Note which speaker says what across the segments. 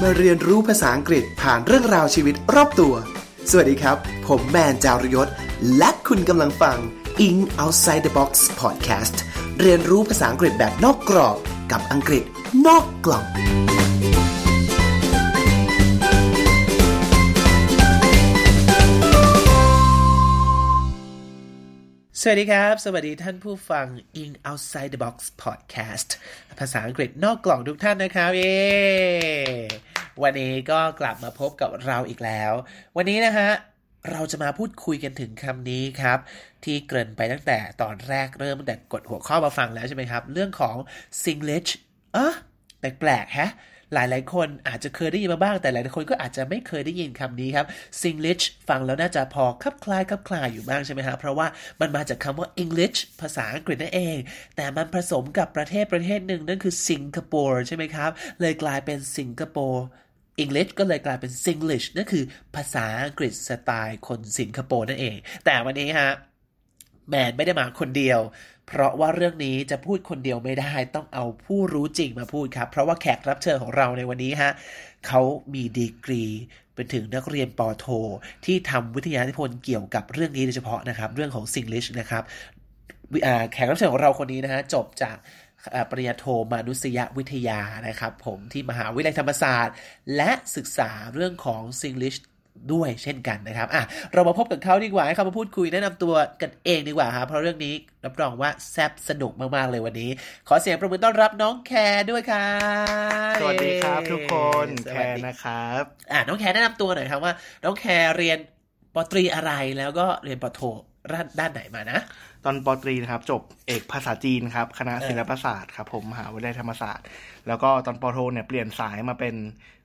Speaker 1: มาเรียนรู้ภาษาอังกฤษผ่านเรื่องราวชีวิตรอบตัว สวัสดีครับ ผมแมนจารุยศ และคุณกำลังฟัง In Outside the Box Podcast เรียนรู้ภาษาอังกฤษแบบนอกกรอบ กับอังกฤษนอกกล่อง สวัสดีครับ สวัสดีท่านผู้ฟัง In Outside the Box Podcast ภาษาอังกฤษนอกกล่องทุกท่านนะครับ เย้ วันนี้ก็กลับมาพบกับเราอีกแล้ว วันนี้นะฮะ เราจะมาพูดคุยกันถึงคำนี้ครับ ที่เกริ่นไปตั้งแต่ตอนแรกเริ่มตั้งแต่กดหัวข้อมาฟังแล้วใช่ไหมครับ เรื่องของ Singlish อ่ะ แปลกๆ ฮะ หลายๆ คนอาจจะเคยได้ยินมาบ้าง แต่หลายๆ คนก็อาจจะไม่เคยได้ยินคำนี้ครับ Singlish ฟังแล้วน่าจะพอคลับคลายคลับคลายอยู่บ้างใช่ไหมฮะ เพราะว่ามันมาจากคำว่า English ภาษาอังกฤษนั่นเอง แต่มันผสมกับประเทศประเทศหนึ่งนั่นคือสิงคโปร์ใช่ไหมครับ เลยกลายเป็นสิงคโปร์ English ก็เลยกลายเป็น Singlish นั่นคือภาษาอังกฤษสไตล์คนสิงคโปร์นั่นเอง แต่วันนี้ฮะ แมนไม่ได้มาคนเดียว เพราะว่าเรื่องนี้จะพูดคนเดียวไม่ได้ ต้องเอาผู้รู้จริงมาพูดครับ เพราะว่าแขกรับเชิญของเราในวันนี้ฮะเขามีดีกรีเป็นถึงนักเรียนปอโท ที่ทำวิทยานิพนธ์เกี่ยวกับเรื่องนี้โดยเฉพาะนะครับ เรื่องของ Singlish นะครับ อ่าแขกรับเชิญของเราคนนี้นะฮะจบจากอ่าปริญญาโทมานุษยวิทยานะครับ ผมที่มหาวิทยาลัยธรรมศาสตร์ และศึกษาเรื่องของ Singlish ด้วยเช่นกันนะครับอ่ะเรามาพบกับเขาดีกว่าให้เขามาพูดคุยแนะนำตัวกันเองดีกว่าครับเพราะเรื่องนี้รับรองว่าแซบสนุกมากๆเลยวันนี้ ขอเสียงประมือต้อนรับน้องแคร์ด้วยครับ
Speaker 2: สวัสดีครับทุกคน
Speaker 1: ส
Speaker 2: แค
Speaker 1: วัส
Speaker 2: ร์
Speaker 1: ดี
Speaker 2: นะครับ
Speaker 1: อ่ะน้องแคร์แนะนำตัวหน่อยครับว่า น้องแคร์เรียนปอตรีอะไรแล้วก็เรียนปอโทด้านด้านไหนมานะ
Speaker 2: ตอนปอตรีนะครับ จบเอกภาษาจีนครับ คณะ
Speaker 1: เออ
Speaker 2: ศิลปศาสตร์ครับ ผมมหาวิทยาลัยธรรมศาสตร์ แล้วก็ตอนปอโทเนี่ยเปลี่ยนสายมาเป็น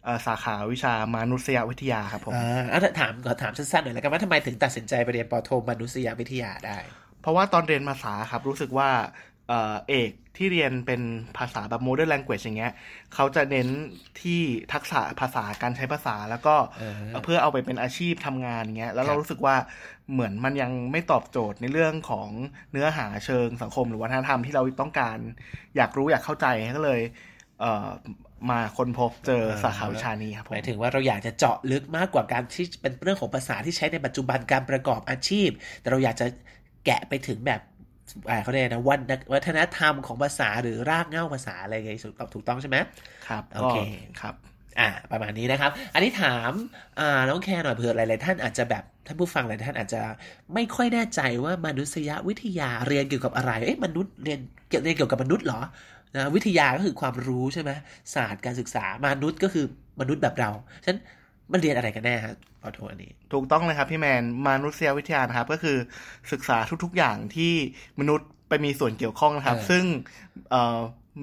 Speaker 2: เอ่อสาขาวิชามนุษยวิทยาครับผม
Speaker 1: อ่าอ่ะถามขอถามสั้นๆหน่อยแล้วกันว่าทำไมถึงตัดสินใจไปเรียนปอโทมนุษยวิทยาได้
Speaker 2: เพราะว่าตอนเรียนภาษาครับ รู้สึกว่าเอ่อเอกที่เรียนเป็นภาษาแบบ modern language อย่างเงี้ยเขาจะเน้นที่ทักษะภาษาการใช้ภาษาแล้วก็
Speaker 1: เออ
Speaker 2: เพื่อเอาไปเป็นอาชีพทำงานอย่างเงี้ยแล้วเรา
Speaker 1: ครับ
Speaker 2: รู้สึกว่าเหมือนมันยังไม่ตอบโจทย์ในเรื่องของเนื้อหาเชิงสังคม หรือวัฒนธรรมที่เราต้องการ อยากรู้อยากเข้าใจก็เลยเอ่อมาค้นพบเจอสาขาวิชานี้ครับผ
Speaker 1: ห
Speaker 2: ม
Speaker 1: มายถึงว่าเราอยากจะเจาะลึกมากกว่าการที่เป็นเรื่องของภาษาที่ใช้ในปัจจุบันการประกอบอาชีพ แต่เราอยากจะแกะไปถึงแบบอ่าเขาเรียกอะไรนะวันวัฒนธรรมของภาษาหรือรากเหง้าภาษาอะไรอย่างเงี้ยถูกต้องถูกต้องใช่ไหม
Speaker 2: ครับ
Speaker 1: โอ
Speaker 2: ก็
Speaker 1: เค
Speaker 2: ครับ
Speaker 1: อ่าประมาณนี้นะครับ อันนี้ถามอ่าน้องแคร์หน่อยเผื่อหลายๆท่านอาจจะแบบท่านผู้ฟังหลายท่านอาจจะไม่ค่อยแน่ใจว่ามนุษยวิทยาเรียนเกี่ยวกับอะไร เอ๊ะมนุษย์เรียนเกี่ยวเรียนเกี่ยวกับมนุษย์เหรอนะวิทยาก็คือความรู้ใช่ไหมศาสตร์การศึกษามนุษย์ก็คือมนุษย์แบบเราฉะนั้นมันเรียนอะไรกันแน่ฮะขอโทษอันนี้
Speaker 2: ถูกต้องเลยครับพี่แมนมนุษยวิทยานะครับ ก็คือศึกษาทุกๆอย่างที่มนุษย์ไปมีส่วนเกี่ยวข้องนะครับ
Speaker 1: เออ
Speaker 2: ซึ่งเอ่อ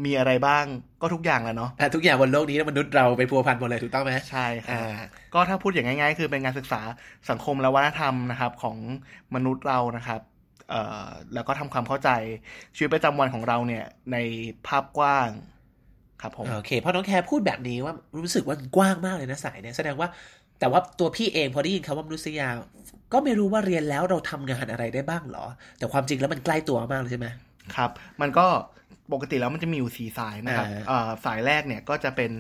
Speaker 2: มีอะไรบ้างก็ทุกอย่างแหละเนาะ
Speaker 1: อ่ะทุกอย่างบนโลกนี้มนุษย์เราไปพัวพันหมดเลยถูกต้องไหม
Speaker 2: ใช่ครั
Speaker 1: อ่า
Speaker 2: บก็ถ้าพูดอย่างง่ายๆ คือเป็นการศึกษาสังคมและวัฒนธรรมนะครับ ของมนุษย์เรานะครับเอ่อแล้วก็ทำความเข้าใจชีวิตประจำวันของเราเนี่ยในภาพกว้างครับผม
Speaker 1: โอเคเพราะน้องแคร์พูดแบบนี้ว่ารู้สึกว่ามันกว้างมากเลยนะสายเนี่ยแสดงว่า แต่ว่าตัวพี่เองพอได้ยินคำว่ามนุษยา ก็ไม่รู้ว่าเรียนแล้วเราทำงานอะไรได้บ้างเหรอ แต่ความจริงแล้วมันใกล้ตัวมากเลยใช่ไหม
Speaker 2: ครับ มันก็ปกติแล้วมันจะมีอยู่สีสายนะครับ
Speaker 1: อ่า
Speaker 2: เอ่อสายแรกเนี่ยก็จะเป็น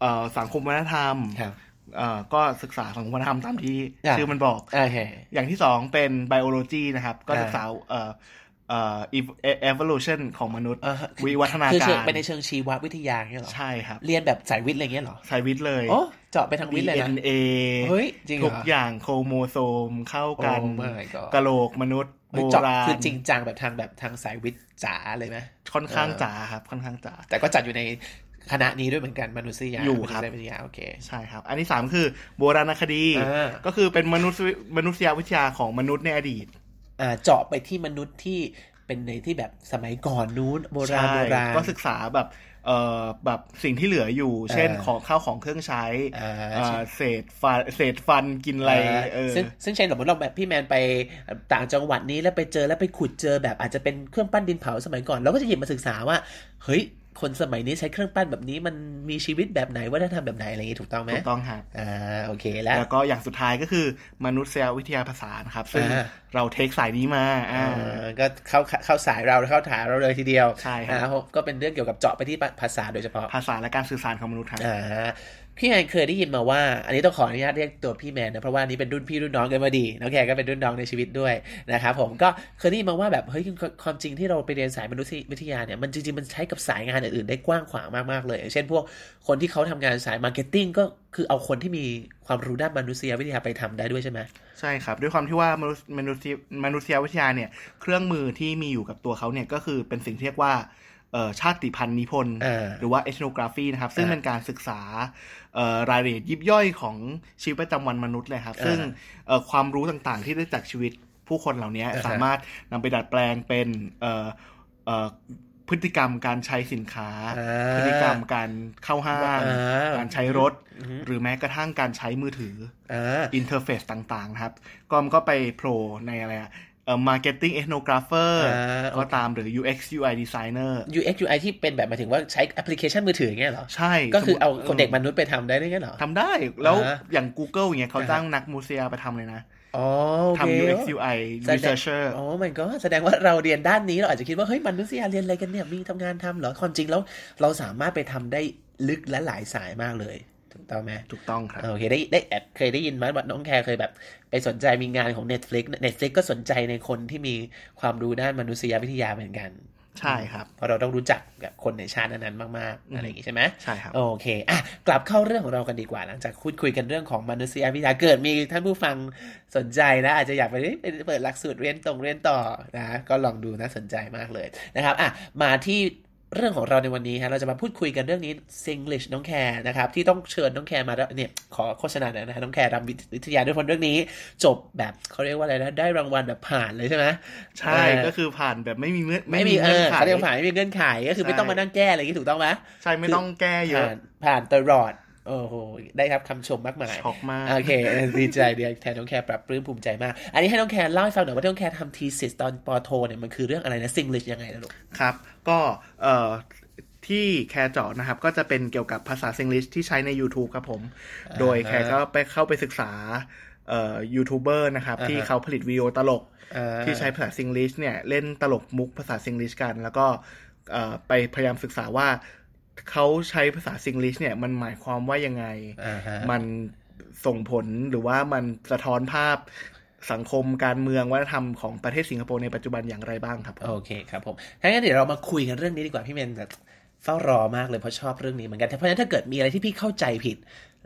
Speaker 2: เอ่อสังคมวัฒนธรรม
Speaker 1: ครับ
Speaker 2: เอ่อก็ศึกษาสังคมวัฒนธรรมตามที่
Speaker 1: อ่ะ
Speaker 2: ชื่อมันบอก
Speaker 1: โอเค
Speaker 2: อย่างที่สองเป็นไบโอโลจีนะครับ ก็
Speaker 1: อ่า
Speaker 2: ศึกษาเอ่อเอ่อ ev- evolution ของมนุษย์
Speaker 1: เอ่อคือ
Speaker 2: วิวัฒนา
Speaker 1: คือ
Speaker 2: การ
Speaker 1: เชิงไปในเชิงชีววิทยาเงี้ยเหรอ
Speaker 2: ใช่ครับ
Speaker 1: เรียนแบบสายวิทย์อะไรเงี้ยเหรอ
Speaker 2: สายวิทย์เลย
Speaker 1: โอ้เจาะไปทางวิทย์เลยนะ
Speaker 2: DNA
Speaker 1: เฮ้ยจริงเหร
Speaker 2: ทุ
Speaker 1: อก
Speaker 2: อย่างโครโมโซมเข้า
Speaker 1: โอ้
Speaker 2: กัน
Speaker 1: ไม่ก็
Speaker 2: กะโหลกมนุษย์โบ
Speaker 1: เจาะ
Speaker 2: ราณ
Speaker 1: คือจริงจังแบบทางแบบทางสายวิทย์จ๋าเลยไหม
Speaker 2: ค่อนข้าง
Speaker 1: เออ
Speaker 2: จ๋าครับ ค่อนข้างจ๋า
Speaker 1: แต่ก็จัดอยู่ในคณะนี้ด้วยเหมือนกันมนุษยา
Speaker 2: อยู่ครับ
Speaker 1: มนุษวิทยาโอเค
Speaker 2: ใช่ครับ อันที่สามคือโบราณคดี
Speaker 1: อ่า
Speaker 2: ก็คือเป็นมนุษยมนุษยวิทยาของมนุษย์ในอดีต
Speaker 1: อ่าเจาะไปที่มนุษย์ที่เป็นในที่แบบสมัยก่อนนู้นโบราณ
Speaker 2: ใช่
Speaker 1: โบราณ
Speaker 2: ก็ศึกษาแบบเอ่อแบบสิ่งที่เหลืออยู่ เช่น
Speaker 1: เออ
Speaker 2: ของข้าวของเครื่องใช้
Speaker 1: อ่า
Speaker 2: อ่า
Speaker 1: ใช่
Speaker 2: เศษฟันเศษฟันกินอะไร
Speaker 1: อ่า
Speaker 2: เออ
Speaker 1: ซึ่งซึ่งเช่นสมมติเราแบบพี่แมนไปต่างจังหวัดนี้แล้วไปเจอแล้วไปขุดเจอแบบอาจจะเป็นเครื่องปั้นดินเผาสมัยก่อนเราก็จะหยิบมาศึกษาว่า เฮ้ย คนสมัยนี้ใช้เครื่องปั้นแบบนี้มันมีชีวิตแบบไหนวัฒนธรรมแบบไหนอะไรอย่างงี้ถูกต้องไหม
Speaker 2: ถูกต้องครับ
Speaker 1: อ่าโอเคแล้ว
Speaker 2: แล้วก็อย่างสุดท้ายก็คือมนุษยวิทยาภาษานะครับ ซึ่ง
Speaker 1: อ่า
Speaker 2: เราเทคสายนี้มาอ่า
Speaker 1: เออก็เข้าเข้าสายเราเข้าถายเราเลยทีเดียว
Speaker 2: ใช่ครับ
Speaker 1: นะครับผมก็เป็นเรื่องเกี่ยวกับเจาะไปที่ภาษาโดยเฉพาะ
Speaker 2: ภาษาและการสื่อสารของมนุษย์ครับ
Speaker 1: อ่าฮะพี่แมนเคยได้ยินมาว่า อันนี้ต้องขออนุญาตเรียกตัวพี่แมนนะเพราะว่าอันนี้เป็นรุ่นพี่รุ่นน้องกันมาดีน้องแกก็เป็นรุ่นน้องในชีวิตด้วยนะครับผมก็เคยได้ยินมาว่าแบบเฮ้ยความจริงที่เราไปเรียนสายมนุษยวิทยาเนี่ยมันจริงๆมันใช้กับสายงานอื่นๆได้กว้างขวางมากๆเลยอย่างเช่นพวกคนที่เขาทำงานสายมาร์เก็ตติ้งก็คือเอาคนที่มีความรู้ด้านมนุษยวิทยาไปทำได้ด้วยใช่ไหม
Speaker 2: ใช่ครับ ด้วยความที่ว่ามนุษย์มนุษย์มนุษยวิทยาเนี่ย เครื่องมือที่มีอยู่กับตัวเขาเนี่ย ก็คือเป็นสิ่งที่เรียกว่าเอ่อชาติพันธุ์นิพนธ์
Speaker 1: อ่า
Speaker 2: หรือว่า ethnography นะครับ ซึ่ง
Speaker 1: อ่า
Speaker 2: เป็นการศึกษาเอ่อรายละเอียดยิบย่อยของชีวิตประจำวันมนุษย์เลยครับ
Speaker 1: อ่า
Speaker 2: ซึ่งเอ่อความรู้ต่างๆ ที่ได้จากชีวิตผู้คนเหล่านี้
Speaker 1: อ่าฮะ
Speaker 2: สามารถนำไปดัดแปลงเป็นเอ่อเอ่อพฤติกรรมการใช้สินค้า
Speaker 1: อ่า
Speaker 2: พฤติกรรมการเข้าห้าง
Speaker 1: อ่า
Speaker 2: การใช้รถ
Speaker 1: อือฮึ
Speaker 2: หรือแม้กระทั่งการใช้มือถือ
Speaker 1: อ่า
Speaker 2: อินเทอร์เฟซต่างๆนะครับ ก็มันก็ไปโผล่ในอะไรอะเอ่อ marketing ethnographer
Speaker 1: อ่า
Speaker 2: ก็ตามหรือ UX UI designer
Speaker 1: UX UI ที่เป็นแบบหมายถึงว่าใช้แอปพลิเคชันมือถืออย่างเงี้ยเหรอ
Speaker 2: ใช่
Speaker 1: ก็คือเอา
Speaker 2: สมมุติ
Speaker 1: คนเด็กมนุษย์ไปทำได้ด้วยเงี้ยเหรอ
Speaker 2: ทำได้ แล้ว
Speaker 1: อ่า
Speaker 2: อย่าง Google อย่างเงี้ยเขา
Speaker 1: อ่า
Speaker 2: จ้างนักมูเซียไปทำเลยนะ
Speaker 1: อ๋อโอเค
Speaker 2: ทำ UX UI
Speaker 1: แสดง
Speaker 2: researcher
Speaker 1: โอ้ my god แสดงว่าเราเรียนด้านนี้เราอาจจะคิดว่าเฮ้ยมนุษยเรียนอะไรกันเนี่ย มีทำงานทำเหรอ ความจริงแล้วเราสามารถไปทำได้ลึกและหลายสายมากเลย ถูกต้องไหม
Speaker 2: ถูกต้องครับ
Speaker 1: โอเคได้ได้แอบเคยได้ยินไหมาว่าน้องแคร์เคยแบบไปสนใจมีงานของ Netflix Netflix ก็สนใจในคนที่มีความรู้ด้านมนุษยวิทยาเหมือนกัน
Speaker 2: ใช่ครับ
Speaker 1: เพราะเราต้องรู้จักกับคนในชาตินั้นๆมากๆอะไรอย่างงี้ใช่ไหม
Speaker 2: ใช่ครับ
Speaker 1: โอเค อ่ะ กลับเข้าเรื่องของเรากันดีกว่า หลังจากพูดคุยกันเรื่องของมนุษยวิทยา เกิดมีท่านผู้ฟังสนใจนะ อาจจะอยากไปเอ้ยไปเปิดหลักสูตรเรียนตรงเรียนต่อนะ ก็ลองดูนะสนใจมากเลยนะครับ อ่ะ มาที่เรื่องของเราในวันนี้ฮะ เราจะมาพูดคุยกันเรื่องนี้ Singlish น้องแคร์นะครับ ที่ต้องเชิญน้องแคร์มาแล้วเนี่ย ขอโฆษณาหน่อยนะฮะน้องแคร์รำวิทยาด้วยคนเรื่องนี้ จบแบบเขาเรียกว่าอะไรนะ ได้รางวัลแบบผ่านเลยใช่ไหม
Speaker 2: ใช่
Speaker 1: เออ
Speaker 2: ก็คือผ่านแบบไม่มีเงื่อน
Speaker 1: ไม่มีเอ
Speaker 2: งื่
Speaker 1: อ
Speaker 2: ไข
Speaker 1: เขาเรียกว่าผ่านไม่มีเงื่อนไข ก็คือไม่ต้อง
Speaker 2: ใช่
Speaker 1: มานั่งแก้อะไรอย่างงี้ถูกต้องไหม
Speaker 2: ใช่ไม่ต้องแก้เยอะ
Speaker 1: ผ่านผ่านตลอด โอ้โห ได้ครับคำชมมากมาย
Speaker 2: ช็อกมาก
Speaker 1: โอเค ดีใจเดียวแทนน้องแคร์ปรับปลื้มภูมิใจมาก อันนี้ให้น้องแคร์เล่าให้ฟังหน่อยว่าที่น้องแคร์ทำทีสิสตอนปอโทเนี่ยมันคือเรื่องอะไรนะซิงลิชยังไงนะลูก
Speaker 2: ครับ ก็เอ่อที่แคร์เจาะนะครับ ก็จะเป็นเกี่ยวกับภาษาซิงลิชที่ใช้ใน YouTube ครับผม
Speaker 1: อ่า
Speaker 2: โดยแคร์ก็ไปเข้าไปศึกษาเอ่อยูทูบเบอร์นะครับ
Speaker 1: อ่าฮะ
Speaker 2: ที่เขาผลิตวิดีโอตลก
Speaker 1: อ่า
Speaker 2: ที่ใช้ภาษาซิงลิชเนี่ย เล่นตลกมุกภาษาซิงลิชกัน แล้วก็เอ่อไปพยายามศึกษาว่าเขาใช้ภาษาซิงลิชเนี่ย มันหมายความว่ายังไง
Speaker 1: อ่าฮะ
Speaker 2: มันส่งผลหรือว่ามันสะท้อนภาพสังคมการเมืองวัฒนธรรมของประเทศสิงคโปร์ในปัจจุบันอย่างไรบ้างครับผม
Speaker 1: โอเคครับผมงั้นเดี๋ยวเรามาคุยกันเรื่องนี้ดีกว่าพี่เมนแบบเฝ้ารอมากเลยเพราะชอบเรื่องนี้เหมือนกันแต่เพราะฉะนั้นถ้าเกิดมีอะไรที่พี่เข้าใจผิด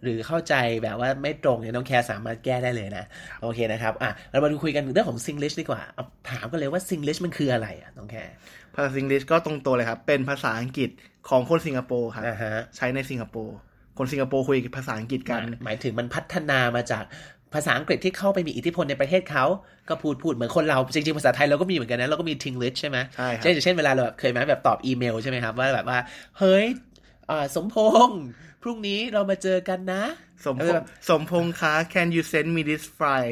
Speaker 1: หรือเข้าใจแบบว่าไม่ตรงเนี่ยน้องแคร์สามารถแก้ได้เลยนะโอเคนะครับอ่ะเรามาดูคุยกันเรื่องของซิงลิชดีกว่าเอาถามกันเลยว่าซิงลิชมันคืออะไรอ่ะน้องแคร์
Speaker 2: ภาษาอังกฤษก็ตรงตัวเลยครับ เป็นภาษาอังกฤษของคนสิงคโปร์ครับ
Speaker 1: อ่าฮะ
Speaker 2: ใช้ในสิงคโปร์ คนสิงคโปร์คุยภาษาอังกฤษกัน
Speaker 1: หมายถึงมันพัฒนามาจากภาษาอังกฤษที่เข้าไปมีอิทธิพลในประเทศเขาก็พูดพูดเหมือนคนเรา จริง ๆ ภาษาไทยเราก็มีเหมือนกันนะ เราก็มีทิงลิชใช่ไหม
Speaker 2: ใช่ครับ
Speaker 1: เช่นเช่นเวลาเราแบบเคยไหมแบบตอบอีเมลใช่ไหมครับ ว่าแบบว่า เฮ้ยอ่าสมพงษ์พรุ่งนี้เรามาเจอกันนะ
Speaker 2: สมพ
Speaker 1: เออง
Speaker 2: ษ์สมพงษ์คะ can you send me this fry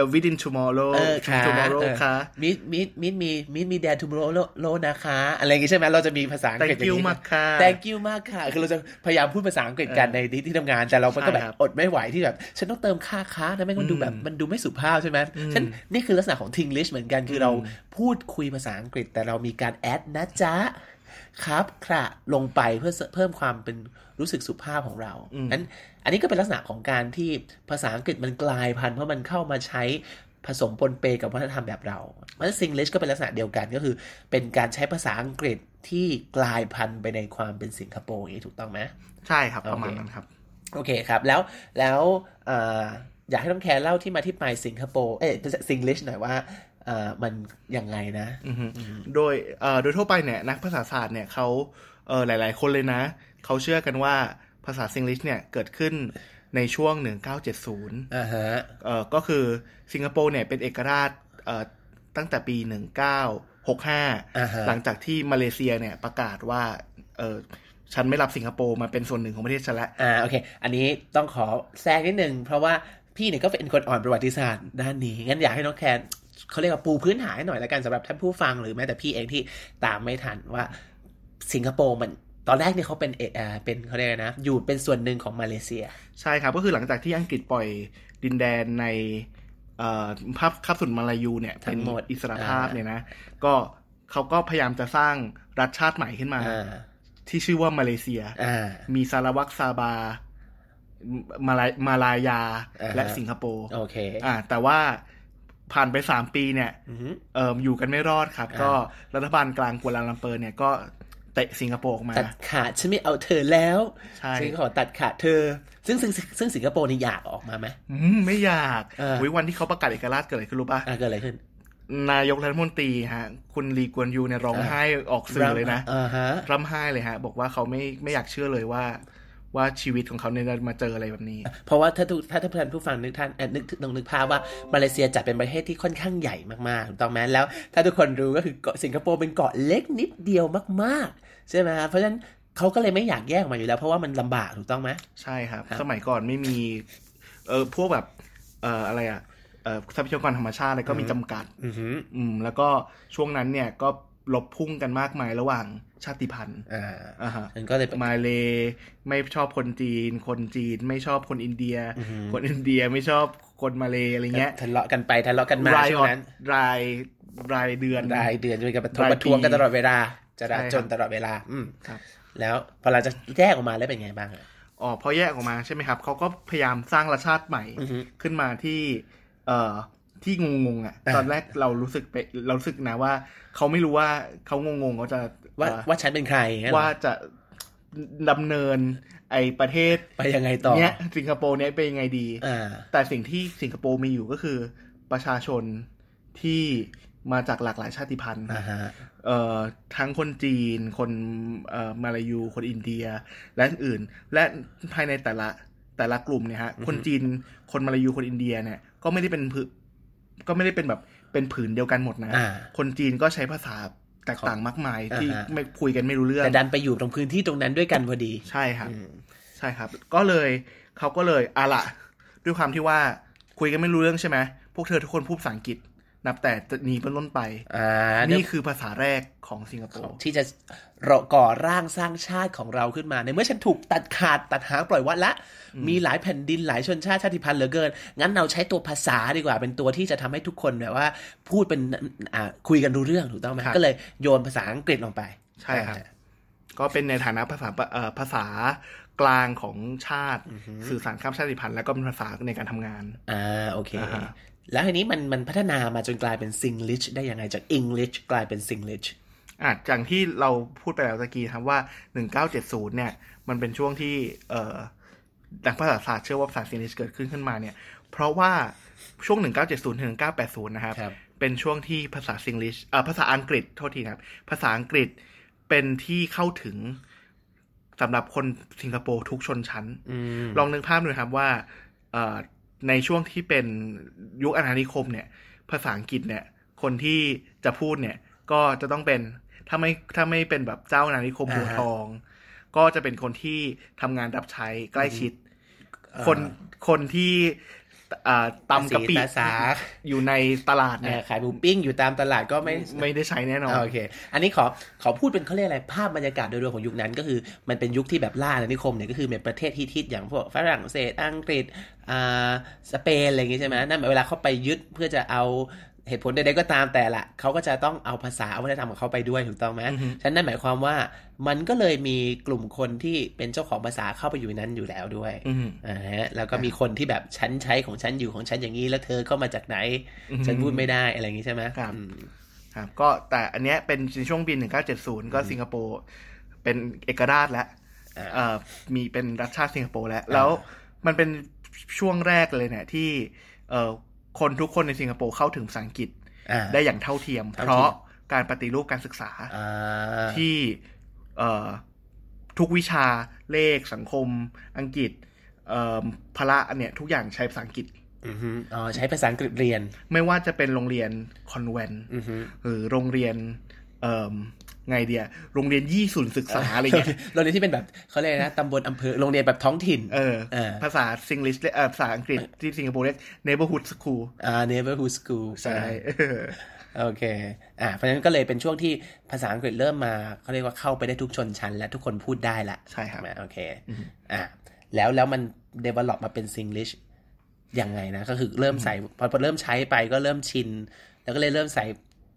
Speaker 2: uh, within tomorrow
Speaker 1: เออค่ะ
Speaker 2: tomorrow คะ
Speaker 1: มิดมิดมิดมีมิดมีแดทูโรโลนะคะ อะไรอย่างงี้ใช่ไหมเราจะมีภาษาอังกฤษ
Speaker 2: thank
Speaker 1: อย่า
Speaker 2: you
Speaker 1: งนี้
Speaker 2: มากค่ะ
Speaker 1: thank you มากค่ะ คือเราจะพยายามพูดภาษาอังกฤษกัน
Speaker 2: เออ
Speaker 1: ในที่ที่ทำงาน แต่เรามันก็แบ
Speaker 2: ใช่
Speaker 1: บ
Speaker 2: ครับ
Speaker 1: อดไม่ไหวที่แบบ ฉันต้องเติมค่าค้านะไม่งั้นมันดูแบบมันดูไม่สุภาพใช่ไหม
Speaker 2: อืม
Speaker 1: ฉันนี่คือลักษณะของ Tinglish เหมือนกันคือเรา
Speaker 2: อืม
Speaker 1: พูดคุยภาษาอังกฤษ แต่เรามีการแอดนะจ๊ะ ครับค่ะลงไปเพื่อเพิ่มความเป็นรู้สึกสุภาพของเรานั้นอันนี้ก็เป็นลักษณะของการที่ภาษาอังกฤษมันกลายพันธุ์เพราะมันเข้ามาใช้ผสมปนเปกับวัฒนธรรมแบบเราเพราะฉะนั้นซิงลิชก็เป็นลักษณะเดียวกันก็คือ เป็นการใช้ภาษาอังกฤษที่กลายพันธุ์ไปในความเป็นสิงคโปร์อย่างนี้ถูกต้องไหม
Speaker 2: ใช่ครับ ประมาณ
Speaker 1: โอเค
Speaker 2: นั้นครับ
Speaker 1: โอเคครับ แล้วแล้วเอ่ออยากให้ต้องแคร์เล่าที่มาที่ไปสิงคโปร์เอ๊ะซิงลิชหน่อยว่าเอ่อมันยังไงนะ
Speaker 2: อือฮึโดยเอ่อโดยทั่วไปเนี่ยนักภาษาศาสตร์เนี่ยเขาเอ่อหลาย ๆ คนเลยนะ เขาเชื่อกันว่าภาษาซิงลิชเนี่ยเกิดขึ้นในช่วง 1970
Speaker 1: อ่าฮะ
Speaker 2: เอ่อก็คือสิงคโปร์เนี่ยเป็นเอกราชเอ่อตั้งแต่ปี
Speaker 1: อ่าฮะ
Speaker 2: 1965 หลังจากที่มาเลเซียเนี่ยประกาศว่าเออฉันไม่รับสิงคโปร์มาเป็นส่วนหนึ่งของประเทศฉันแล้ว
Speaker 1: อ่าโอเค อันนี้ต้องขอแทรกนิดนึง เพราะว่าพี่เนี่ยก็เป็นคนอ่อนประวัติศาสตร์ด้านนี้ งั้นอยากให้น้องแคนเขาเรียกว่าปูพื้นฐานให้หน่อยละกันสำหรับท่านผู้ฟังหรือแม้แต่พี่เองที่ตามไม่ทันว่าสิงคโปร์มันตอนแรกเนี่ยเขาเป็นเอเอ่อเป็นเขาเรียกอะไรนะ อยู่เป็นส่วนหนึ่งของมาเลเซีย
Speaker 2: ใช่ครับ ก็คือหลังจากที่อังกฤษปล่อยดินแดนใน เอ่อภาพคาบสุนมาลายูเนี่ย
Speaker 1: ทั้
Speaker 2: เป็น
Speaker 1: งหมด
Speaker 2: อิสรภาพ
Speaker 1: อ่า
Speaker 2: เนี่ยนะ ก็เขาก็พยายามจะสร้างรัฐชาติใหม่ขึ้นมา
Speaker 1: อ่า
Speaker 2: ที่ชื่อว่ามาเลเซีย
Speaker 1: อ่า
Speaker 2: มีซาราวักซาบา มาลายมาลายา
Speaker 1: อ่าฮะ
Speaker 2: และสิงคโปร์
Speaker 1: โอเค
Speaker 2: อ่า แต่ว่าผ่านไปสามปีเนี่ย
Speaker 1: อือฮึ
Speaker 2: เอ่ออยู่กันไม่รอดครับ
Speaker 1: อ่า
Speaker 2: ก็รัฐบาลกลางกัวลาลัมเปอร์เนี่ยก็เตะสิงคโปร์ออกมา
Speaker 1: ตัดขาดฉันไม่เอาเธอแล้ว
Speaker 2: ใช่
Speaker 1: ฉันขอตัดขาดเธอ ซึ่งซึ่งซึ่งสิงคโปร์นี่อยากออกมาไหม
Speaker 2: อืมไม่อยาก
Speaker 1: เอออุ๊
Speaker 2: ยวันที่เขาประกาศเอกราชเกิดอะไรขึ้นรู้ป่ะ
Speaker 1: อ่ะเกิดอะไรขึ้น
Speaker 2: นายกรัฐมนตรีฮะ คุณลีกวนยูเนี่ยร้องไห้ออกสื่อเลยนะ
Speaker 1: อ่าฮะ
Speaker 2: ร่ำไห้เลยฮะ บอกว่าเขาไม่ไม่อยากเชื่อเลยว่า ว่าชีวิตของเขาเนี่ยมาเจออะไรแบบนี้
Speaker 1: เพราะว่าถ้าทุกถ้าท่านผู้ฟังนึกท่านเอ่อนึกลองนึกภาพว่ามาเลเซียจัดเป็นประเทศที่ค่อนข้างใหญ่มากๆถูกต้องไหมแล้ว ถ้าทุกคนรู้ก็คือเกาะสิงคโปร์เป็นเกาะเล็กนิดเดียวมากๆ ใช่ไหมฮะเพราะฉะนั้นเขาก็เลยไม่อยากแยกออกมาอยู่แล้ว เพราะว่ามันลำบากถูกต้องไหม
Speaker 2: ใช่ครับ
Speaker 1: ครับ
Speaker 2: สมัยก่อนไม่มี เออพวกแบบ เอ่ออะไรอะเอ่อทรัพยากรธรรมชาติอะไรก็
Speaker 1: อื
Speaker 2: มี
Speaker 1: อฮึ
Speaker 2: จำกัด
Speaker 1: อือฮึ
Speaker 2: อืม แล้วก็ช่วงนั้นเนี่ยก็ลบพุ่งกันมากมายระหว่างชาติพันธุ์
Speaker 1: อ่า
Speaker 2: อ่าฮะ
Speaker 1: มันก็เลยเป็น
Speaker 2: มาเลไม่ชอบคนจีน คนจีนไม่ชอบคนอินเดีย
Speaker 1: อือฮึ
Speaker 2: คนอินเดียไม่ชอบคนมาเลอะไรเงี้ย
Speaker 1: ทะเลาะกันไปทะเลาะกันมาร
Speaker 2: าย
Speaker 1: ช่ว
Speaker 2: ออง ด
Speaker 1: นั้น
Speaker 2: รายรายเดือน
Speaker 1: รายเดือนจะมีการประทวง
Speaker 2: ราย
Speaker 1: ป
Speaker 2: ปี
Speaker 1: ระท้วงกันตลอดเวลาจะ
Speaker 2: ใช่ครับ
Speaker 1: จนตลอดเวลา อืม
Speaker 2: ครับ
Speaker 1: แล้วพอเราจะแยกออกมาแล้วเป็นไงบ้างอะ
Speaker 2: อ๋อพอแยกออกมาใช่ไหมครับ เขาก็พยายามสร้างรัฐชาติใหม่
Speaker 1: อือฮึ
Speaker 2: ขึ้นมาที่ เอ่อที่งงงๆอ่ะ
Speaker 1: อ่า
Speaker 2: ตอนแรกเรารู้สึกไปเรารู้สึกนะว่า เขาไม่รู้ว่าเขางงงๆเขาจะ
Speaker 1: ว่า
Speaker 2: เอ่อ
Speaker 1: ว่าฉันเป็นใครอย่างเงี้ยเหรอ
Speaker 2: ว่าจะดำเนินไอประเทศ
Speaker 1: ไปยังไงต่อ
Speaker 2: เนี้ยสิงคโปร์เนี้ยเป็นยังไงดี
Speaker 1: อ่า
Speaker 2: แต่สิ่งที่สิงคโปร์มีอยู่ก็คือประชาชนที่มาจากหลากหลายชาติพันธุ์
Speaker 1: อ่าฮะ
Speaker 2: เอ่อทั้งคนจีน คนเอ่อมาลายู คนอินเดีย และอื่นๆและภายในแต่ละแต่ละกลุ่มเนี่ยฮะ คนจีน คนมาลายู คนอินเดียเนี่ย ก็ไม่ได้เป็นพืก็ไม่ได้เป็นแบบเป็นผืนเดียวกันหมดนะ
Speaker 1: อ่า
Speaker 2: คนจีนก็ใช้ภาษาแตกต่างมากมายที่
Speaker 1: อ่าฮะ
Speaker 2: ไม่คุยกันไม่รู้เรื่อง
Speaker 1: แต่ดันไปอยู่ตรงพื้นที่ตรงนั้นด้วยกันพอดี
Speaker 2: ใช่ครับ
Speaker 1: อืม
Speaker 2: ใช่ครับ ก็เลยเขาก็เลยอะละด้วยความที่ว่าคุยกันไม่รู้เรื่องใช่ไหมพวกเธอทุกคนพูดภาษาอังกฤษ นับแต่นี้เป็นต้นไป
Speaker 1: อ่านี่
Speaker 2: นี่คือภาษาแรกของสิงคโปร์
Speaker 1: ที่จะเราก่อร่างสร้างชาติของเราขึ้นมา ในเมื่อฉันถูกตัดขาดตัดหางปล่อยวัดละ มีหลายแผ่นดินหลายชนชาติชาติพันธุ์เหลือเกิน งั้นเราใช้ตัวภาษาดีกว่า เป็นตัวที่จะทำให้ทุกคนแบบว่า พูดเป็นอ่าคุยกันรู้เรื่องถูกต้องไหม
Speaker 2: ครับ
Speaker 1: ก็เลยโยนภาษาอังกฤษลงไป
Speaker 2: ใช่ครับ ก็เป็นในฐานะภาษาเอ่อภาษากลางของชาติ สื่อสารข้ามชาติพันธุ์แล้วก็เป็นภาษาในการทำงาน
Speaker 1: อ่าโอเค
Speaker 2: อ่าฮะ
Speaker 1: แล้วทีนี้มันมันพัฒนามาจนกลายเป็นซิงลิชได้ยังไงจากอังกฤษกลายเป็นซิงลิช
Speaker 2: อ่ะอย่างที่เราพูดไปแล้วตะกี้ครับว่า 1970 เนี่ย มันเป็นช่วงที่เอ่อนักภาษาศาสตร์เชื่อว่าภาษาซินิชเกิดขึ้นขึ้นมาเนี่ย เพราะว่าช่วง 1970 ถึง 1980 นะครับ
Speaker 1: ครับ
Speaker 2: เป็นช่วงที่ภาษาซิงลิชเอ่อภาษาอังกฤษ โทษทีนะครับ ภาษาอังกฤษเป็นที่เข้าถึงสำหรับคนสิงคโปร์ทุกชนชั้น
Speaker 1: อืม
Speaker 2: ลองนึกภาพดูนะครับว่าเอ่อในช่วงที่เป็นยุคอาณานิคมเนี่ย ภาษาอังกฤษเนี่ย คนที่จะพูดเนี่ย ก็จะต้องเป็นถ้าไม่ถ้าไม่เป็นแบบเจ้าอาณานิคมหัวทอง ก็จะเป็นคนที่ทำงานรับใช้ใกล้ชิด คนคนที่เอ่อตำกะปิ
Speaker 1: ภาษา
Speaker 2: อยู่ในตลาด
Speaker 1: เอ่
Speaker 2: เนี่
Speaker 1: อย ขายหมูปิ้งอยู่ตามตลาดก็ไม่
Speaker 2: ไม่ได้ใช้แน่นอน
Speaker 1: อ่าโอเค อันนี้ขอขอพูดเป็นเขาเรียกอะไรภาพบรรยากาศโดยรวมของยุคนั้นก็คือมันเป็นยุคที่แบบล่าอาณานิคมเนี่ยก็คือเป็นประเทศที่ทิศอย่างพวกฝรั่งเศสอังกฤษอ่าสเปนอะไรอย่างงี้ใช่ไหมนั่นหมายเวลาเขาไปยึดเพื่อจะเอาเหตุผลใดๆก็ตามแต่ละเขาก็จะต้องเอาภาษาเอาวัฒนธรรมของเขาไปด้วยถูกต้องไหม
Speaker 2: อือฮึ
Speaker 1: ฉะนั้นนั่นหมายความว่ามันก็เลยมีกลุ่มคนที่เป็นเจ้าของภาษาเข้าไปอยู่ในนั้นอยู่แล้วด้วย
Speaker 2: อืม
Speaker 1: อ่าฮะแล้วก็มีคนที่แบบฉันใช้ของฉันอยู่ของฉันอย่างนี้แล้วเธอเข้ามาจากไหน
Speaker 2: อือฮึ
Speaker 1: ฉันพูดไม่ได้อะไรอย่างนี้ใช่ไหม
Speaker 2: ครับ
Speaker 1: อืม
Speaker 2: ครับก็แต่อันเนี้ยเป็นในช่วงปี 1970 ก็สิงคโปร์เป็นเอกราชแล้วเอ่อมีเป็นรัฐชาติสิงคโปร์แล้ว แล้วมันเป็นช่วงแรกเลยเนี่ยที่เอ่อคนทุกคนในสิงคโปร์เข้าถึงภาษาอังกฤษ
Speaker 1: อ่า
Speaker 2: ได้อย่างเท่าเทียม
Speaker 1: เท่า
Speaker 2: เพ
Speaker 1: เทียม
Speaker 2: ราะการปฏิรูปการศึกษา
Speaker 1: อ่า
Speaker 2: ที่เอ่อทุกวิชาเลขสังคม อังกฤษเอ่อพละเนี่ยทุกอย่างใช้ภาษาอังกฤษ
Speaker 1: อือฮึอ๋อใช้ภาษาอังกฤษเรียน
Speaker 2: ไม่ว่าจะเป็นโรงเรียนคอนแวน
Speaker 1: อือฮึ
Speaker 2: หรือโรงเรียน เอ่อไงเดียโรงเรียนยี่สุนย์ศึกษ าอะไรเงี้ย
Speaker 1: โรงเรียนที่เป็นแบบเขาเรียกอะไรนะตำบลอำเภอโรงเรียนแบบท้องถิ่น
Speaker 2: เออ
Speaker 1: เออ
Speaker 2: ภาษาซิงลิชเอ่อภาษาอังกฤษที่สิงคโปร์เรียก neighborhood school
Speaker 1: อ่า neighborhood school
Speaker 2: ใช่เออ
Speaker 1: โอเค อ่า เพราะฉะนั้นก็เลยเป็นช่วงที่ภาษาอังกฤษเริ่มมาเขาเรียกว่าเข้าไปได้ทุกชนชั้น และทุกคนพูดได้ละ
Speaker 2: ใช่ครับ
Speaker 1: ใช่ไหมโอเค
Speaker 2: อืม
Speaker 1: อ่ะแล้วแล้วมัน develop มาเป็น Singlish ยังไงนะ ก็คือเริ่มใส่พอพอเริ่มใช้ไปก็เริ่มชิน แล้วก็เลยเริ่มใส่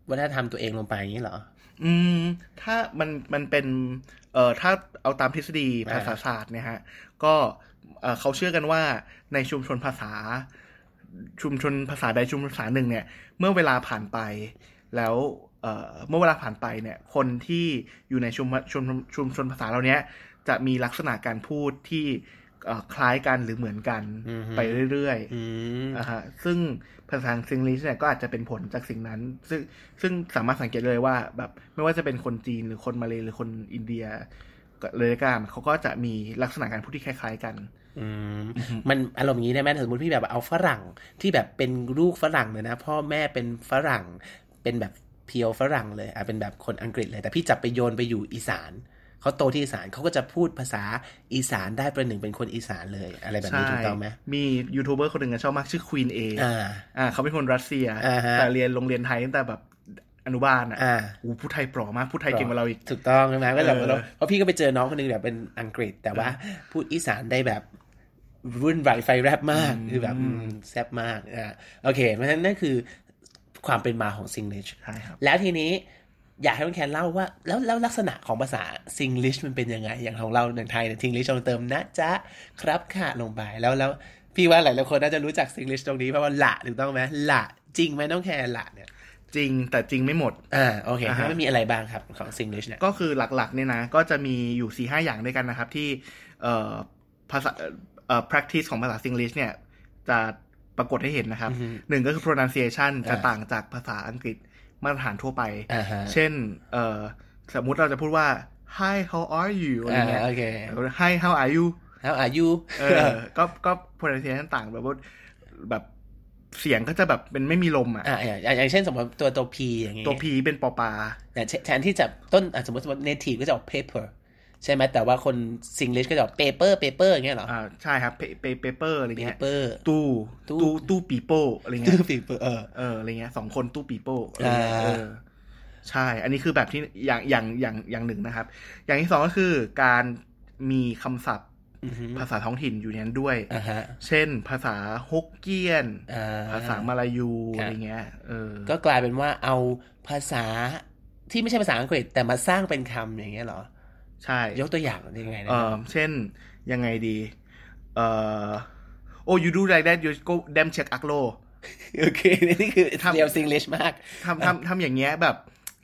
Speaker 1: วัฒนธรรมตัวเองลงไปอย่างนี้เหรอ
Speaker 2: อืม ถ้ามันมันเป็น เอ่อถ้าเอาตามทฤษฎี
Speaker 1: อ่า
Speaker 2: ภาษาศาสตร์เนี่ยฮะ ก็เอ่อเขาเชื่อกันว่าในชุมชนภาษา ชุมชนภาษาใดชุมชนภาษาหนึ่งเนี่ย เมื่อเวลาผ่านไป แล้วเอ่อเมื่อเวลาผ่านไปเนี่ย คนที่อยู่ในชุมชุมชุมชนภาษาเราเนี้ยจะมีลักษณะการพูดที่เอ่อคล้ายกันหรือเหมือนกัน
Speaker 1: อือฮึ
Speaker 2: ไปเรื่อยๆ
Speaker 1: อืม
Speaker 2: อ่าฮะซึ่งภาษาซิงลิชเนี่ยก็อาจจะเป็นผลจากสิ่งนั้น ซึ่งซึ่งสามารถสังเกตเลยว่าแบบไม่ว่าจะเป็นคนจีนหรือคนมาเลยหรือคนอินเดียก็เลยก็ตามเขาก็จะมีลักษณะการพูดที่คล้าย ๆ กัน
Speaker 1: อืม
Speaker 2: อือฮึ
Speaker 1: มันอารมณ์อย่างนี้ได้ไหมสมมติพี่แบบเอาฝรั่งที่แบบเป็นลูกฝรั่งเลยนะ พ่อแม่เป็นฝรั่ง เป็นแบบเพียวฝรั่งเลยอ่ะเป็นแบบคนอังกฤษเลย แต่พี่จับไปโยนไปอยู่อีสานเขาโตที่อีสานเขาก็จะพูดภาษาอีสานได้ประหนึ่งเป็นคนอีสานเลย อะไรแบบนี้ถูกต้องไหม
Speaker 2: มียูทูบเบอร์คนหนึ่งอะชอบมากชื่อควีนเอ
Speaker 1: อ่า
Speaker 2: อ่าเขาเป็นคนรัสเซีย
Speaker 1: อ่าฮะ
Speaker 2: แต่เรียนโรงเรียนไทยตั้งแต่แบบอนุบาลอ่ะ
Speaker 1: อ่า
Speaker 2: อู้พูดไทยปลอมากพูดไทยเก่งกว่าเราอีก
Speaker 1: ถูกต้องใช่ไหมก็แบบ
Speaker 2: เออ
Speaker 1: เราเพราะพี่ก็ไปเจอน้องคนหนึงแบบเป็นอังกฤษ แต่ว่าพูดอีสานได้แบบรุ่นไหวไฟแรบมาก
Speaker 2: อืม
Speaker 1: คือแบบอืมแซ่บมากอ่ะโอเคเพราะฉะนั้นนั่นคือความเป็นมาของซิง l ล s h
Speaker 2: ใช่ครับ
Speaker 1: แล้วทีนี้อยากให้คุณแคนเล่าว่า แล้วแล้วลักษณะของภาษาซิง l ิชมันเป็นยังไง อย่างของเราอย่างไทยเนี่ยซิง l ิชเราเติมนะจ๊ะครับค่ะลงไปแล้วแล้วพี่ว่าหลายๆคนน่าจะรู้จักซิง l ิชตรงนี้เพราะว่าละถูกต้องไหมละจริงไหมน้องแคนละเนี่ย
Speaker 2: จริงแต่จริงไม่หมด
Speaker 1: อ่าโอเค
Speaker 2: อ่าฮะ
Speaker 1: มันมีอะไรบ้างครับของซิงลิชเนี่ย
Speaker 2: ก็คือหลักๆเนี่ยนะก็จะมีอยู่4ีหอย่างด้วยกันนะครับ ที่เอ่อภาษาเอ่อ practice ของภาษา Singlish เนี่ย จะปรากฏให้เห็นนะครับ
Speaker 1: อือฮึ
Speaker 2: หนึ่งก็คือ pronunciation จะ
Speaker 1: อ่า
Speaker 2: ต่างจากภาษาอังกฤษมาตรฐานทั่วไป
Speaker 1: อ่าฮะ
Speaker 2: เช่นเอ่อสมมุติเราจะพูดว่า hi how are you อะไรเงี้ย
Speaker 1: โอเค
Speaker 2: หรือ hi how are you
Speaker 1: How are you
Speaker 2: เออก็ก็ pronunciation ต่างแบบว่าแบบเสียงก็จะแบบเป็นไม่มีลมอ่ะ
Speaker 1: อ่าอย่างอย่างเช่นสมมติตัวตัว P อย่างเงี้ย
Speaker 2: ตัว p เป็นปอปา
Speaker 1: อย่างเช่นแทนที่จะต้นอ่ะสมมติสมมติ native ก็จะออก paper ใช่ไหมแต่ว่าคน Singlish ก็จะออก paper paper อย่างเงี้ยเหรอ
Speaker 2: อ่าใช่ครับ pe- paper อะไรเงี้ย
Speaker 1: paper
Speaker 2: ตู้
Speaker 1: ตู้
Speaker 2: ตู้ตู้ปีโป้อะไร
Speaker 1: ตู้
Speaker 2: เงี้ย
Speaker 1: paper เออ
Speaker 2: เอออะไรเงี้ยสองคนตู้ปีโป้อะไรเงี้ย
Speaker 1: อ่า
Speaker 2: เออใช่ อันนี้คือแบบที่อย่างอย่างอย่างอย่างหนึ่งนะครับ อย่างที่สองก็คือการมีคำศัพท์
Speaker 1: อือฮึ
Speaker 2: ภาษาท้องถิ่นอยู่ในนั้นด้วย
Speaker 1: อ่าฮะ
Speaker 2: เช่น ภาษาฮกเกี้ยน
Speaker 1: อ่
Speaker 2: ภาษามาลายู
Speaker 1: ครั
Speaker 2: อะ
Speaker 1: บ
Speaker 2: ไรเงี้ยเออ
Speaker 1: ก็กลายเป็นว่าเอาภาษาที่ไม่ใช่ภาษาอังกฤษ แต่มาสร้างเป็นคำอย่างเงี้ยเหรอ
Speaker 2: ใช่
Speaker 1: ยกตัวอย่างยังไงนะ
Speaker 2: เออเช่นยังไงดี เออโอ้ยูดูไรได้ยูก็เดมเช็คอักโล
Speaker 1: โอเค นี่คือ
Speaker 2: ทำ
Speaker 1: เรียว Singlish มาก
Speaker 2: ทำทำทำอย่างเงี้ยแบบ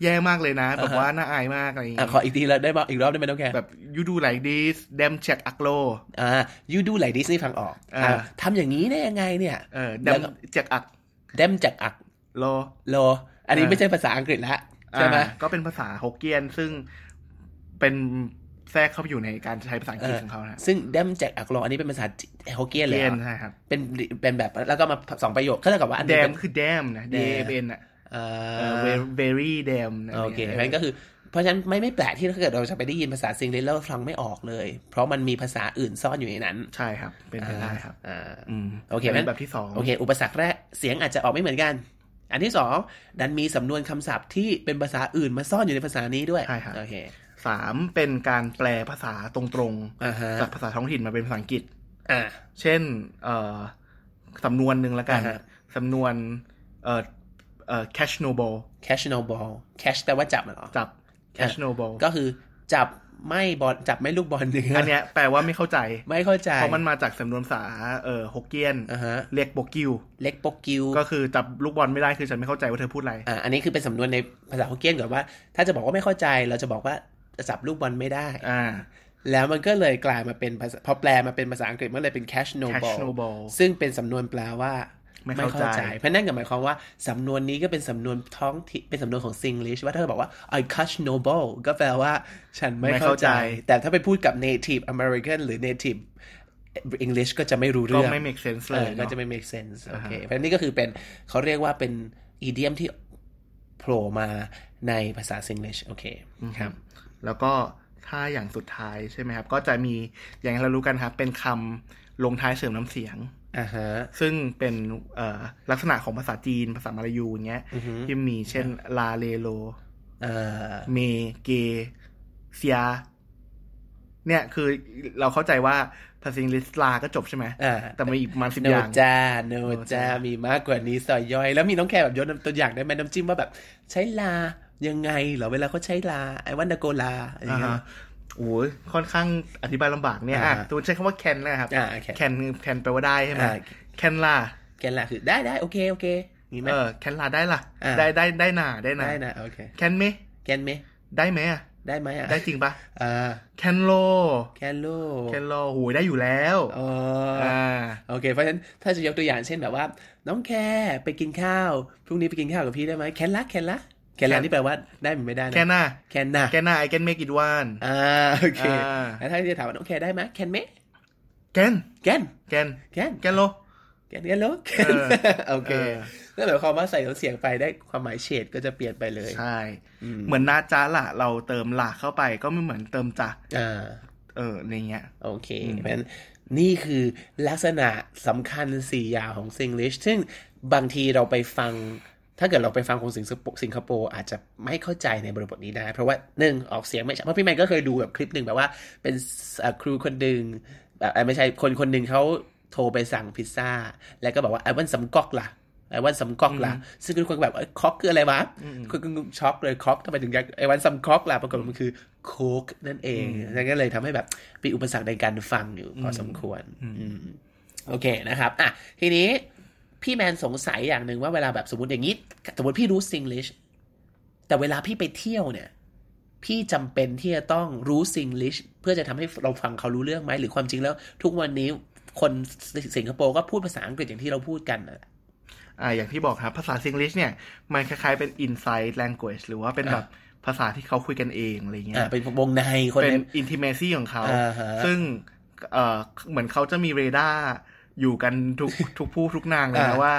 Speaker 2: แย่มากเลยนะ แบบว่าน่าอายมากอะไรอย่าง
Speaker 1: อ่ะ
Speaker 2: เงี้ย
Speaker 1: ขออีกทีแล้วได้ป่ะอีกรอบได้ไหมน้องแก
Speaker 2: แบบ you do like this damn check a g l o
Speaker 1: อ่า you do like this นี่ฟังออก
Speaker 2: อ่า
Speaker 1: อ่าทำอย่างนี้ได้ยังไงเนี่ย
Speaker 2: เออ
Speaker 1: แล้ว
Speaker 2: damn
Speaker 1: ก็
Speaker 2: check a g
Speaker 1: เดมจากอัก
Speaker 2: l o
Speaker 1: โล อันนี้
Speaker 2: อ่า
Speaker 1: ไม่ใช่ภาษาอังกฤษละใช่ไหม
Speaker 2: ก็เป็นภาษาฮกเกี้ยนซึ่งเป็นแทรกเข้าไปอยู่ในการใช้ภาษาอังกฤษของเขานะ
Speaker 1: ซึ่งเดมจากอักโลอันนี้เป็นภาษาฮกเกี้ยนเลย
Speaker 2: เกี้
Speaker 1: เหร
Speaker 2: ยน
Speaker 1: อ
Speaker 2: ใช่ครับ
Speaker 1: เป็นเป็นแบบแล้วก็มาสองประโยคก็เท่ากับว่าอัน
Speaker 2: แด
Speaker 1: นี้เป็
Speaker 2: ม
Speaker 1: น
Speaker 2: คือ damn นะ d a m n อ่ะ
Speaker 1: เอ่
Speaker 2: เอ
Speaker 1: อ
Speaker 2: อ very- very damn นะ
Speaker 1: โอเค
Speaker 2: ะไร
Speaker 1: งั้
Speaker 2: งี้ย
Speaker 1: นก็คือ เพราะฉะนั้นไม่ไม่แปลกที่ถ้าเกิดเราจะไปได้ยินภาษาซิงเกิลแล้วฟังไม่ออกเลย เพราะมันมีภาษาอื่นซ่อนอยู่ในนั้น
Speaker 2: ใช่ครับ เป็นไปได้ครับ
Speaker 1: อ่า
Speaker 2: อืม
Speaker 1: โอเคงั้
Speaker 2: เป็น นแบบที่สอง
Speaker 1: โอเค อุปสรรคแรกเสียงอาจจะออกไม่เหมือนกัน อันที่สองดันมีสำนวนคำศัพท์ที่เป็นภาษาอื่นมาซ่อนอยู่ในภาษานี้ด้วย
Speaker 2: ใช่ครับ
Speaker 1: โอเค
Speaker 2: สามเป็นการแปลภาษาตรง
Speaker 1: อ่าฮะ
Speaker 2: ๆจากภาษาท้องถิ่นมาเป็นภาษาอังกฤษ
Speaker 1: อ่า
Speaker 2: เช่น เอ่อ สำนวนหนึ่งละกัน
Speaker 1: อ่าฮะ
Speaker 2: สำนวน เอ่อ เอ่อ catch no ball
Speaker 1: catch no ball catch แปลว่าจับเหรอ
Speaker 2: จับ catch no ball
Speaker 1: ก็คือจับไม่บอลจับไม่ลูกบอลเนื้อ
Speaker 2: อั
Speaker 1: อั
Speaker 2: นเนี้ยแปลว่าไม่เข้าใจ
Speaker 1: ไม่เข้าใจ
Speaker 2: เพราะมันมาจากสำนวนภาษา เอ่อ ฮกเกี้ยน
Speaker 1: อ่าฮะ
Speaker 2: เรียกโบกิว
Speaker 1: เล็กโปกกิว
Speaker 2: ก็คือจับลูกบอลไม่ได้คือฉันไม่เข้าใจว่าเธอพูดอะไร
Speaker 1: อ่าอันนี้คือเป็นสำนวนในภาษาฮกเกี้ยนก่อนว่า ถ้าจะบอกว่าไม่เข้าใจเราจะบอกว่าจะจับลูกบอลไม่ได้
Speaker 2: อ่า
Speaker 1: แล้วมันก็เลยกลายมาเป็นภาษาพอแปลมาเป็นภาษาอังกฤษมันเลยเป็น catch no
Speaker 2: catch
Speaker 1: ball
Speaker 2: no ball
Speaker 1: ซึ่งเป็นสำนวนแปลว่า
Speaker 2: ไม่เข้าใจ
Speaker 1: เพราะนั่นก็หมายความว่าสำนวนนี้ก็เป็นสำนวนท้องถิ่นเป็นสำนวนของซิงลิชว่าถ้าเธอบอกว่า I catch no ball ก็แปลว่าฉันไม่
Speaker 2: ไม่
Speaker 1: เข้า
Speaker 2: เข้า
Speaker 1: ใจ
Speaker 2: ใจ
Speaker 1: แต่ถ้าไปพูดกับ native American หรือ native English ก็จะไม่รู้
Speaker 2: ก็
Speaker 1: เรื่อง
Speaker 2: ไม่ make sense
Speaker 1: เอ
Speaker 2: เล
Speaker 1: อย ก็
Speaker 2: เนาะ
Speaker 1: จะไม่ make sense โอเค
Speaker 2: อ่าฮะ
Speaker 1: เพราะนี่ก็คือเป็นเขาเรียกว่าเป็น idiom ที่โผล่มาในภาษาซิงลิชโอเคครับ
Speaker 2: แล้วก็ถ้าอย่างสุดท้ายใช่ไหมครับ ก็จะมีอย่างที่เรารู้กันครับ เป็นคำลงท้ายเสริมน้ำเสียง
Speaker 1: อ่าฮะ
Speaker 2: ซึ่งเป็นเอ่อลักษณะของภาษาจีน ภาษามาลายูอย่างเงี้ย
Speaker 1: อือฮึ
Speaker 2: ที่มีเช่น ลาเลโล
Speaker 1: เอ่อ
Speaker 2: เมเกเซีย เนี่ยคือเราเข้าใจว่าภาษา แต่สิ่งลิสลาก็จบใช่ไหม
Speaker 1: อ่า
Speaker 2: แต่มีอีกประมาณสิบ
Speaker 1: โน
Speaker 2: อย่าง
Speaker 1: จ้าโนจ้า
Speaker 2: No จ้ามี
Speaker 1: มีมากกว่านี้ซอยย่อย แล้วมีน้องแคร์แบบยกตัวอย่างได้ไหมน้ำจิ้มว่าแบบ ใช้ลายังไงเหรอเวลาเขาใช้ลาไอ้วันดาโกลาอะไรอย่าง
Speaker 2: อ่า
Speaker 1: เงี้ย
Speaker 2: ฮะโอ้ยค่อนข้างอธิบายลำบากเนี่ยอ่ะ
Speaker 1: อ่าฮะ
Speaker 2: ตูนใช้คำว่าแคนนะครับ
Speaker 1: อ่าแคร์
Speaker 2: แคนคือแคนแปลว่าได้ใช่ไหม
Speaker 1: อ่า
Speaker 2: แคนล่ะ
Speaker 1: แกนลาคือได้ได้โอเคโอเคนี่ไหม
Speaker 2: เออแคนล่ะได้ล่ะ
Speaker 1: อ่า
Speaker 2: ได้ได้ได้หนาได้หนา
Speaker 1: ได้นะโอเค
Speaker 2: แคนไหม
Speaker 1: แกนไหม
Speaker 2: ได้ไหมอ่ะ
Speaker 1: ได้ไหมอ่ะ
Speaker 2: ได้จริงปะ
Speaker 1: อ่า
Speaker 2: แคนโล
Speaker 1: แกนโล
Speaker 2: แคนโลโหยได้อยู่แล้ว
Speaker 1: อ๋ออ
Speaker 2: อ่า
Speaker 1: โอเค เพราะฉะนั้นถ้าจะยกตัวอย่างเช่นแบบว่า น้องแคไปกินข้าว พรุ่งนี้ไปกินข้าวกับพี่ได้ไหมแคนละแคนละแคนละ
Speaker 2: แคน
Speaker 1: นี่แปลว่าได้หรือไม่ได้นะ
Speaker 2: แคนน่ะ
Speaker 1: แคนน่ะ
Speaker 2: แคนน่ะไอแคนเมกิดวาน
Speaker 1: อ่าโอเค
Speaker 2: อ่า
Speaker 1: แล้วถ้าจะถามว่าน้องแคได้ไหมแคนเมะ
Speaker 2: แคน
Speaker 1: แกน
Speaker 2: แกน
Speaker 1: แกน
Speaker 2: แกนโล
Speaker 1: แกนแกนโลก
Speaker 2: เออ
Speaker 1: โอเค
Speaker 2: ออ
Speaker 1: นั่นหมายความว่าใส่เสียงไปได้ความหมายเฉดก็จะเปลี่ยนไปเลย
Speaker 2: ใช่
Speaker 1: ม
Speaker 2: เหมือนนาจ้าละเราเติมละเข้าไปก็ไม่เหมือนเติมจ้ะ
Speaker 1: อ่า
Speaker 2: เออในเงี้ย
Speaker 1: โอเค
Speaker 2: อืม
Speaker 1: เพราะฉะนั้นนี่คือลักษณะสำคัญสี่อย่างของ Singlish ซึ่งบางทีเราไปฟัง ถ้าเกิดเราไปฟังคนสิงคโปร์สิงคโปร์อาจจะไม่เข้าใจในบริบทนี้ได้ เพราะว่าหนึ่งออกเสียงไม่ชัดเพราะพี่แมนก็เคยดูแบบคลิปหนึ่งแบบว่าเป็นเอ่อครูคนหนึ่งแบบเอ่อไม่ใช่คนคนหนึ่งเขาโทรไปสั่งพิซซ่า แล้วก็บอกว่าไอ้วันสำกอกล่ะไอ้วันสำกอกล่ะ ซึ่งทุกคนก็แบบไอ้คอกคืออะไรวะ
Speaker 2: อืม
Speaker 1: คุณคุณช็อกเลยคอกทำไมถึงอยากไอ้วันซัมคอกล่ะปรากฏว่ามันคือโคกนั่นเอง
Speaker 2: อืม
Speaker 1: นั่นก็เลยทำให้แบบมีอุปสรรคในการฟังอยู่พอสมควร
Speaker 2: อืม
Speaker 1: อืมโอเคนะครับ อ่ะ ทีนี้พี่แมนสงสัยอย่างหนึ่งว่าเวลาแบบสมมติอย่างนี้ สมมติพี่รู้ซิง l i s h แต่เวลาพี่ไปเที่ยวเนี่ย พี่จำเป็นที่จะต้องรู้ซิง l i s h เพื่อจะทำให้เราฟังเขารู้เรื่องไหมหรือความจริงแล้ว ทุกวันนี้คนสิงคโปร์ก็พูดภาษาอังกฤษอย่างที่เราพูดกันน่ะ
Speaker 2: อ่าอย่างที่บอกครับ ภาษาซิง l ิชเนี่ย มันคล้ายๆเป็น inside language หรือว่าเป็นแบบภาษาที่เขาคุยกันเองอะไรเงี้
Speaker 1: อ่ะ
Speaker 2: ย
Speaker 1: เป็นวงในคน
Speaker 2: เป็น
Speaker 1: ใน
Speaker 2: intimacy ของเขา
Speaker 1: อ่าฮะ
Speaker 2: ซึ่งเอ่อเหมือนเขาจะมีเรดาร์อยู่กันทุก ทุกผู้ทุกนางเลยนะ
Speaker 1: อ่า
Speaker 2: ว่า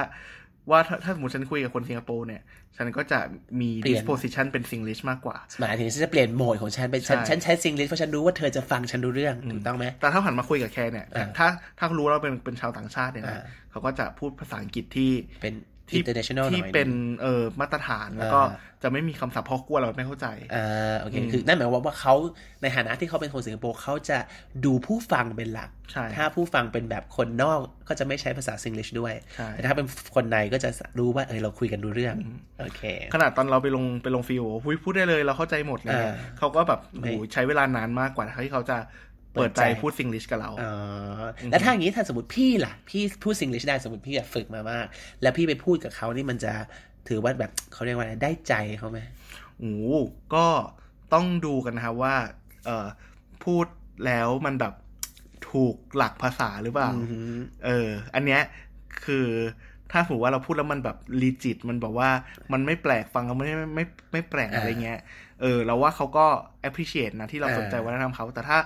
Speaker 2: ว่าถ้าถ้าสมมติฉันคุยกับคนสิงคโปร์เนี่ย ฉันก็จะมี
Speaker 1: เปลี่ยน
Speaker 2: disposition เป็นซิง l ิชมากกว่า
Speaker 1: หมายถึงฉันจะเปลี่ยนโหมดของฉันเป็นฉัน
Speaker 2: ใช่
Speaker 1: ฉันใช้ซิงลิชเพราะฉันรู้ว่าเธอจะฟังฉันรู้เรื่องถูกต้องไหม
Speaker 2: แต่ถ้าหันมาคุยกับแคร์เนี่ย
Speaker 1: อ่า
Speaker 2: ถ้าถ้ารู้ว่าเราเป็นเป็นชาวต่างชาติเนี่ยนะ
Speaker 1: อ่า
Speaker 2: เขาก็จะพูดภาษาอังกฤษที่
Speaker 1: เป็น
Speaker 2: ที่
Speaker 1: international หน่
Speaker 2: ที่
Speaker 1: อยหง
Speaker 2: เป็นเอ่อมาตรฐานแล้วก็
Speaker 1: อ่า
Speaker 2: จะไม่มีคำศัพท์พอกลัวเราไม่เข้าใจ
Speaker 1: อ่าโอเค
Speaker 2: อืม
Speaker 1: คือนั่นหมายความว่าเขาในฐานะที่เขาเป็นคนสิงคโปร์เขาจะดูผู้ฟังเป็นหลัก
Speaker 2: ใช่
Speaker 1: ถ้าผู้ฟังเป็นแบบคนนอกก็จะไม่ใช้ภาษาซิงลิชด้วย
Speaker 2: ใช่
Speaker 1: แต่ถ้าเป็นคนในก็จะรู้ว่าเออเราคุยกันรู้เรื่องโอเค
Speaker 2: ขนาดตอนเราไปลงไปลงฟิลพูดพูดได้เลยเราเข้าใจหมดเลย
Speaker 1: อ่า
Speaker 2: เขาก็แบบโอ้
Speaker 1: ไม่
Speaker 2: โหใช้เวลานานมากกว่าที่เขาจะเปิดใจ
Speaker 1: เปิดใจ
Speaker 2: พูดซิงลิชกับเรา
Speaker 1: อ๋อแล้วถ้าอย่างนี้ถ้าสมมติพี่ล่ะ พี่พูดซิงลิชได้สมมติพี่แบบฝึกมามาก แล้วพี่ไปพูดกับเขานี่มันจะถือว่าแบบเขาเรียกว่าอะไรได้ใจเขาไหม
Speaker 2: โอ้โหก็ต้องดูกันนะครับว่าเอ่อพูดแล้วมันแบบถูกหลักภาษาหรือเปล่า เออ อันเนี้ยคือถ้าสมมติว่าเราพูดแล้วมันแบบลีจิต มันแบบว่ามันไม่แปลกฟังแล้วไม่ไม่ไม่ไม่แปลก
Speaker 1: อ่า
Speaker 2: อะไรเงี้ย เออ เราว่าเขาก็ appreciate นะที่เรา
Speaker 1: อ่า
Speaker 2: สนใจวัฒนธรรมเขา แต่ถ้า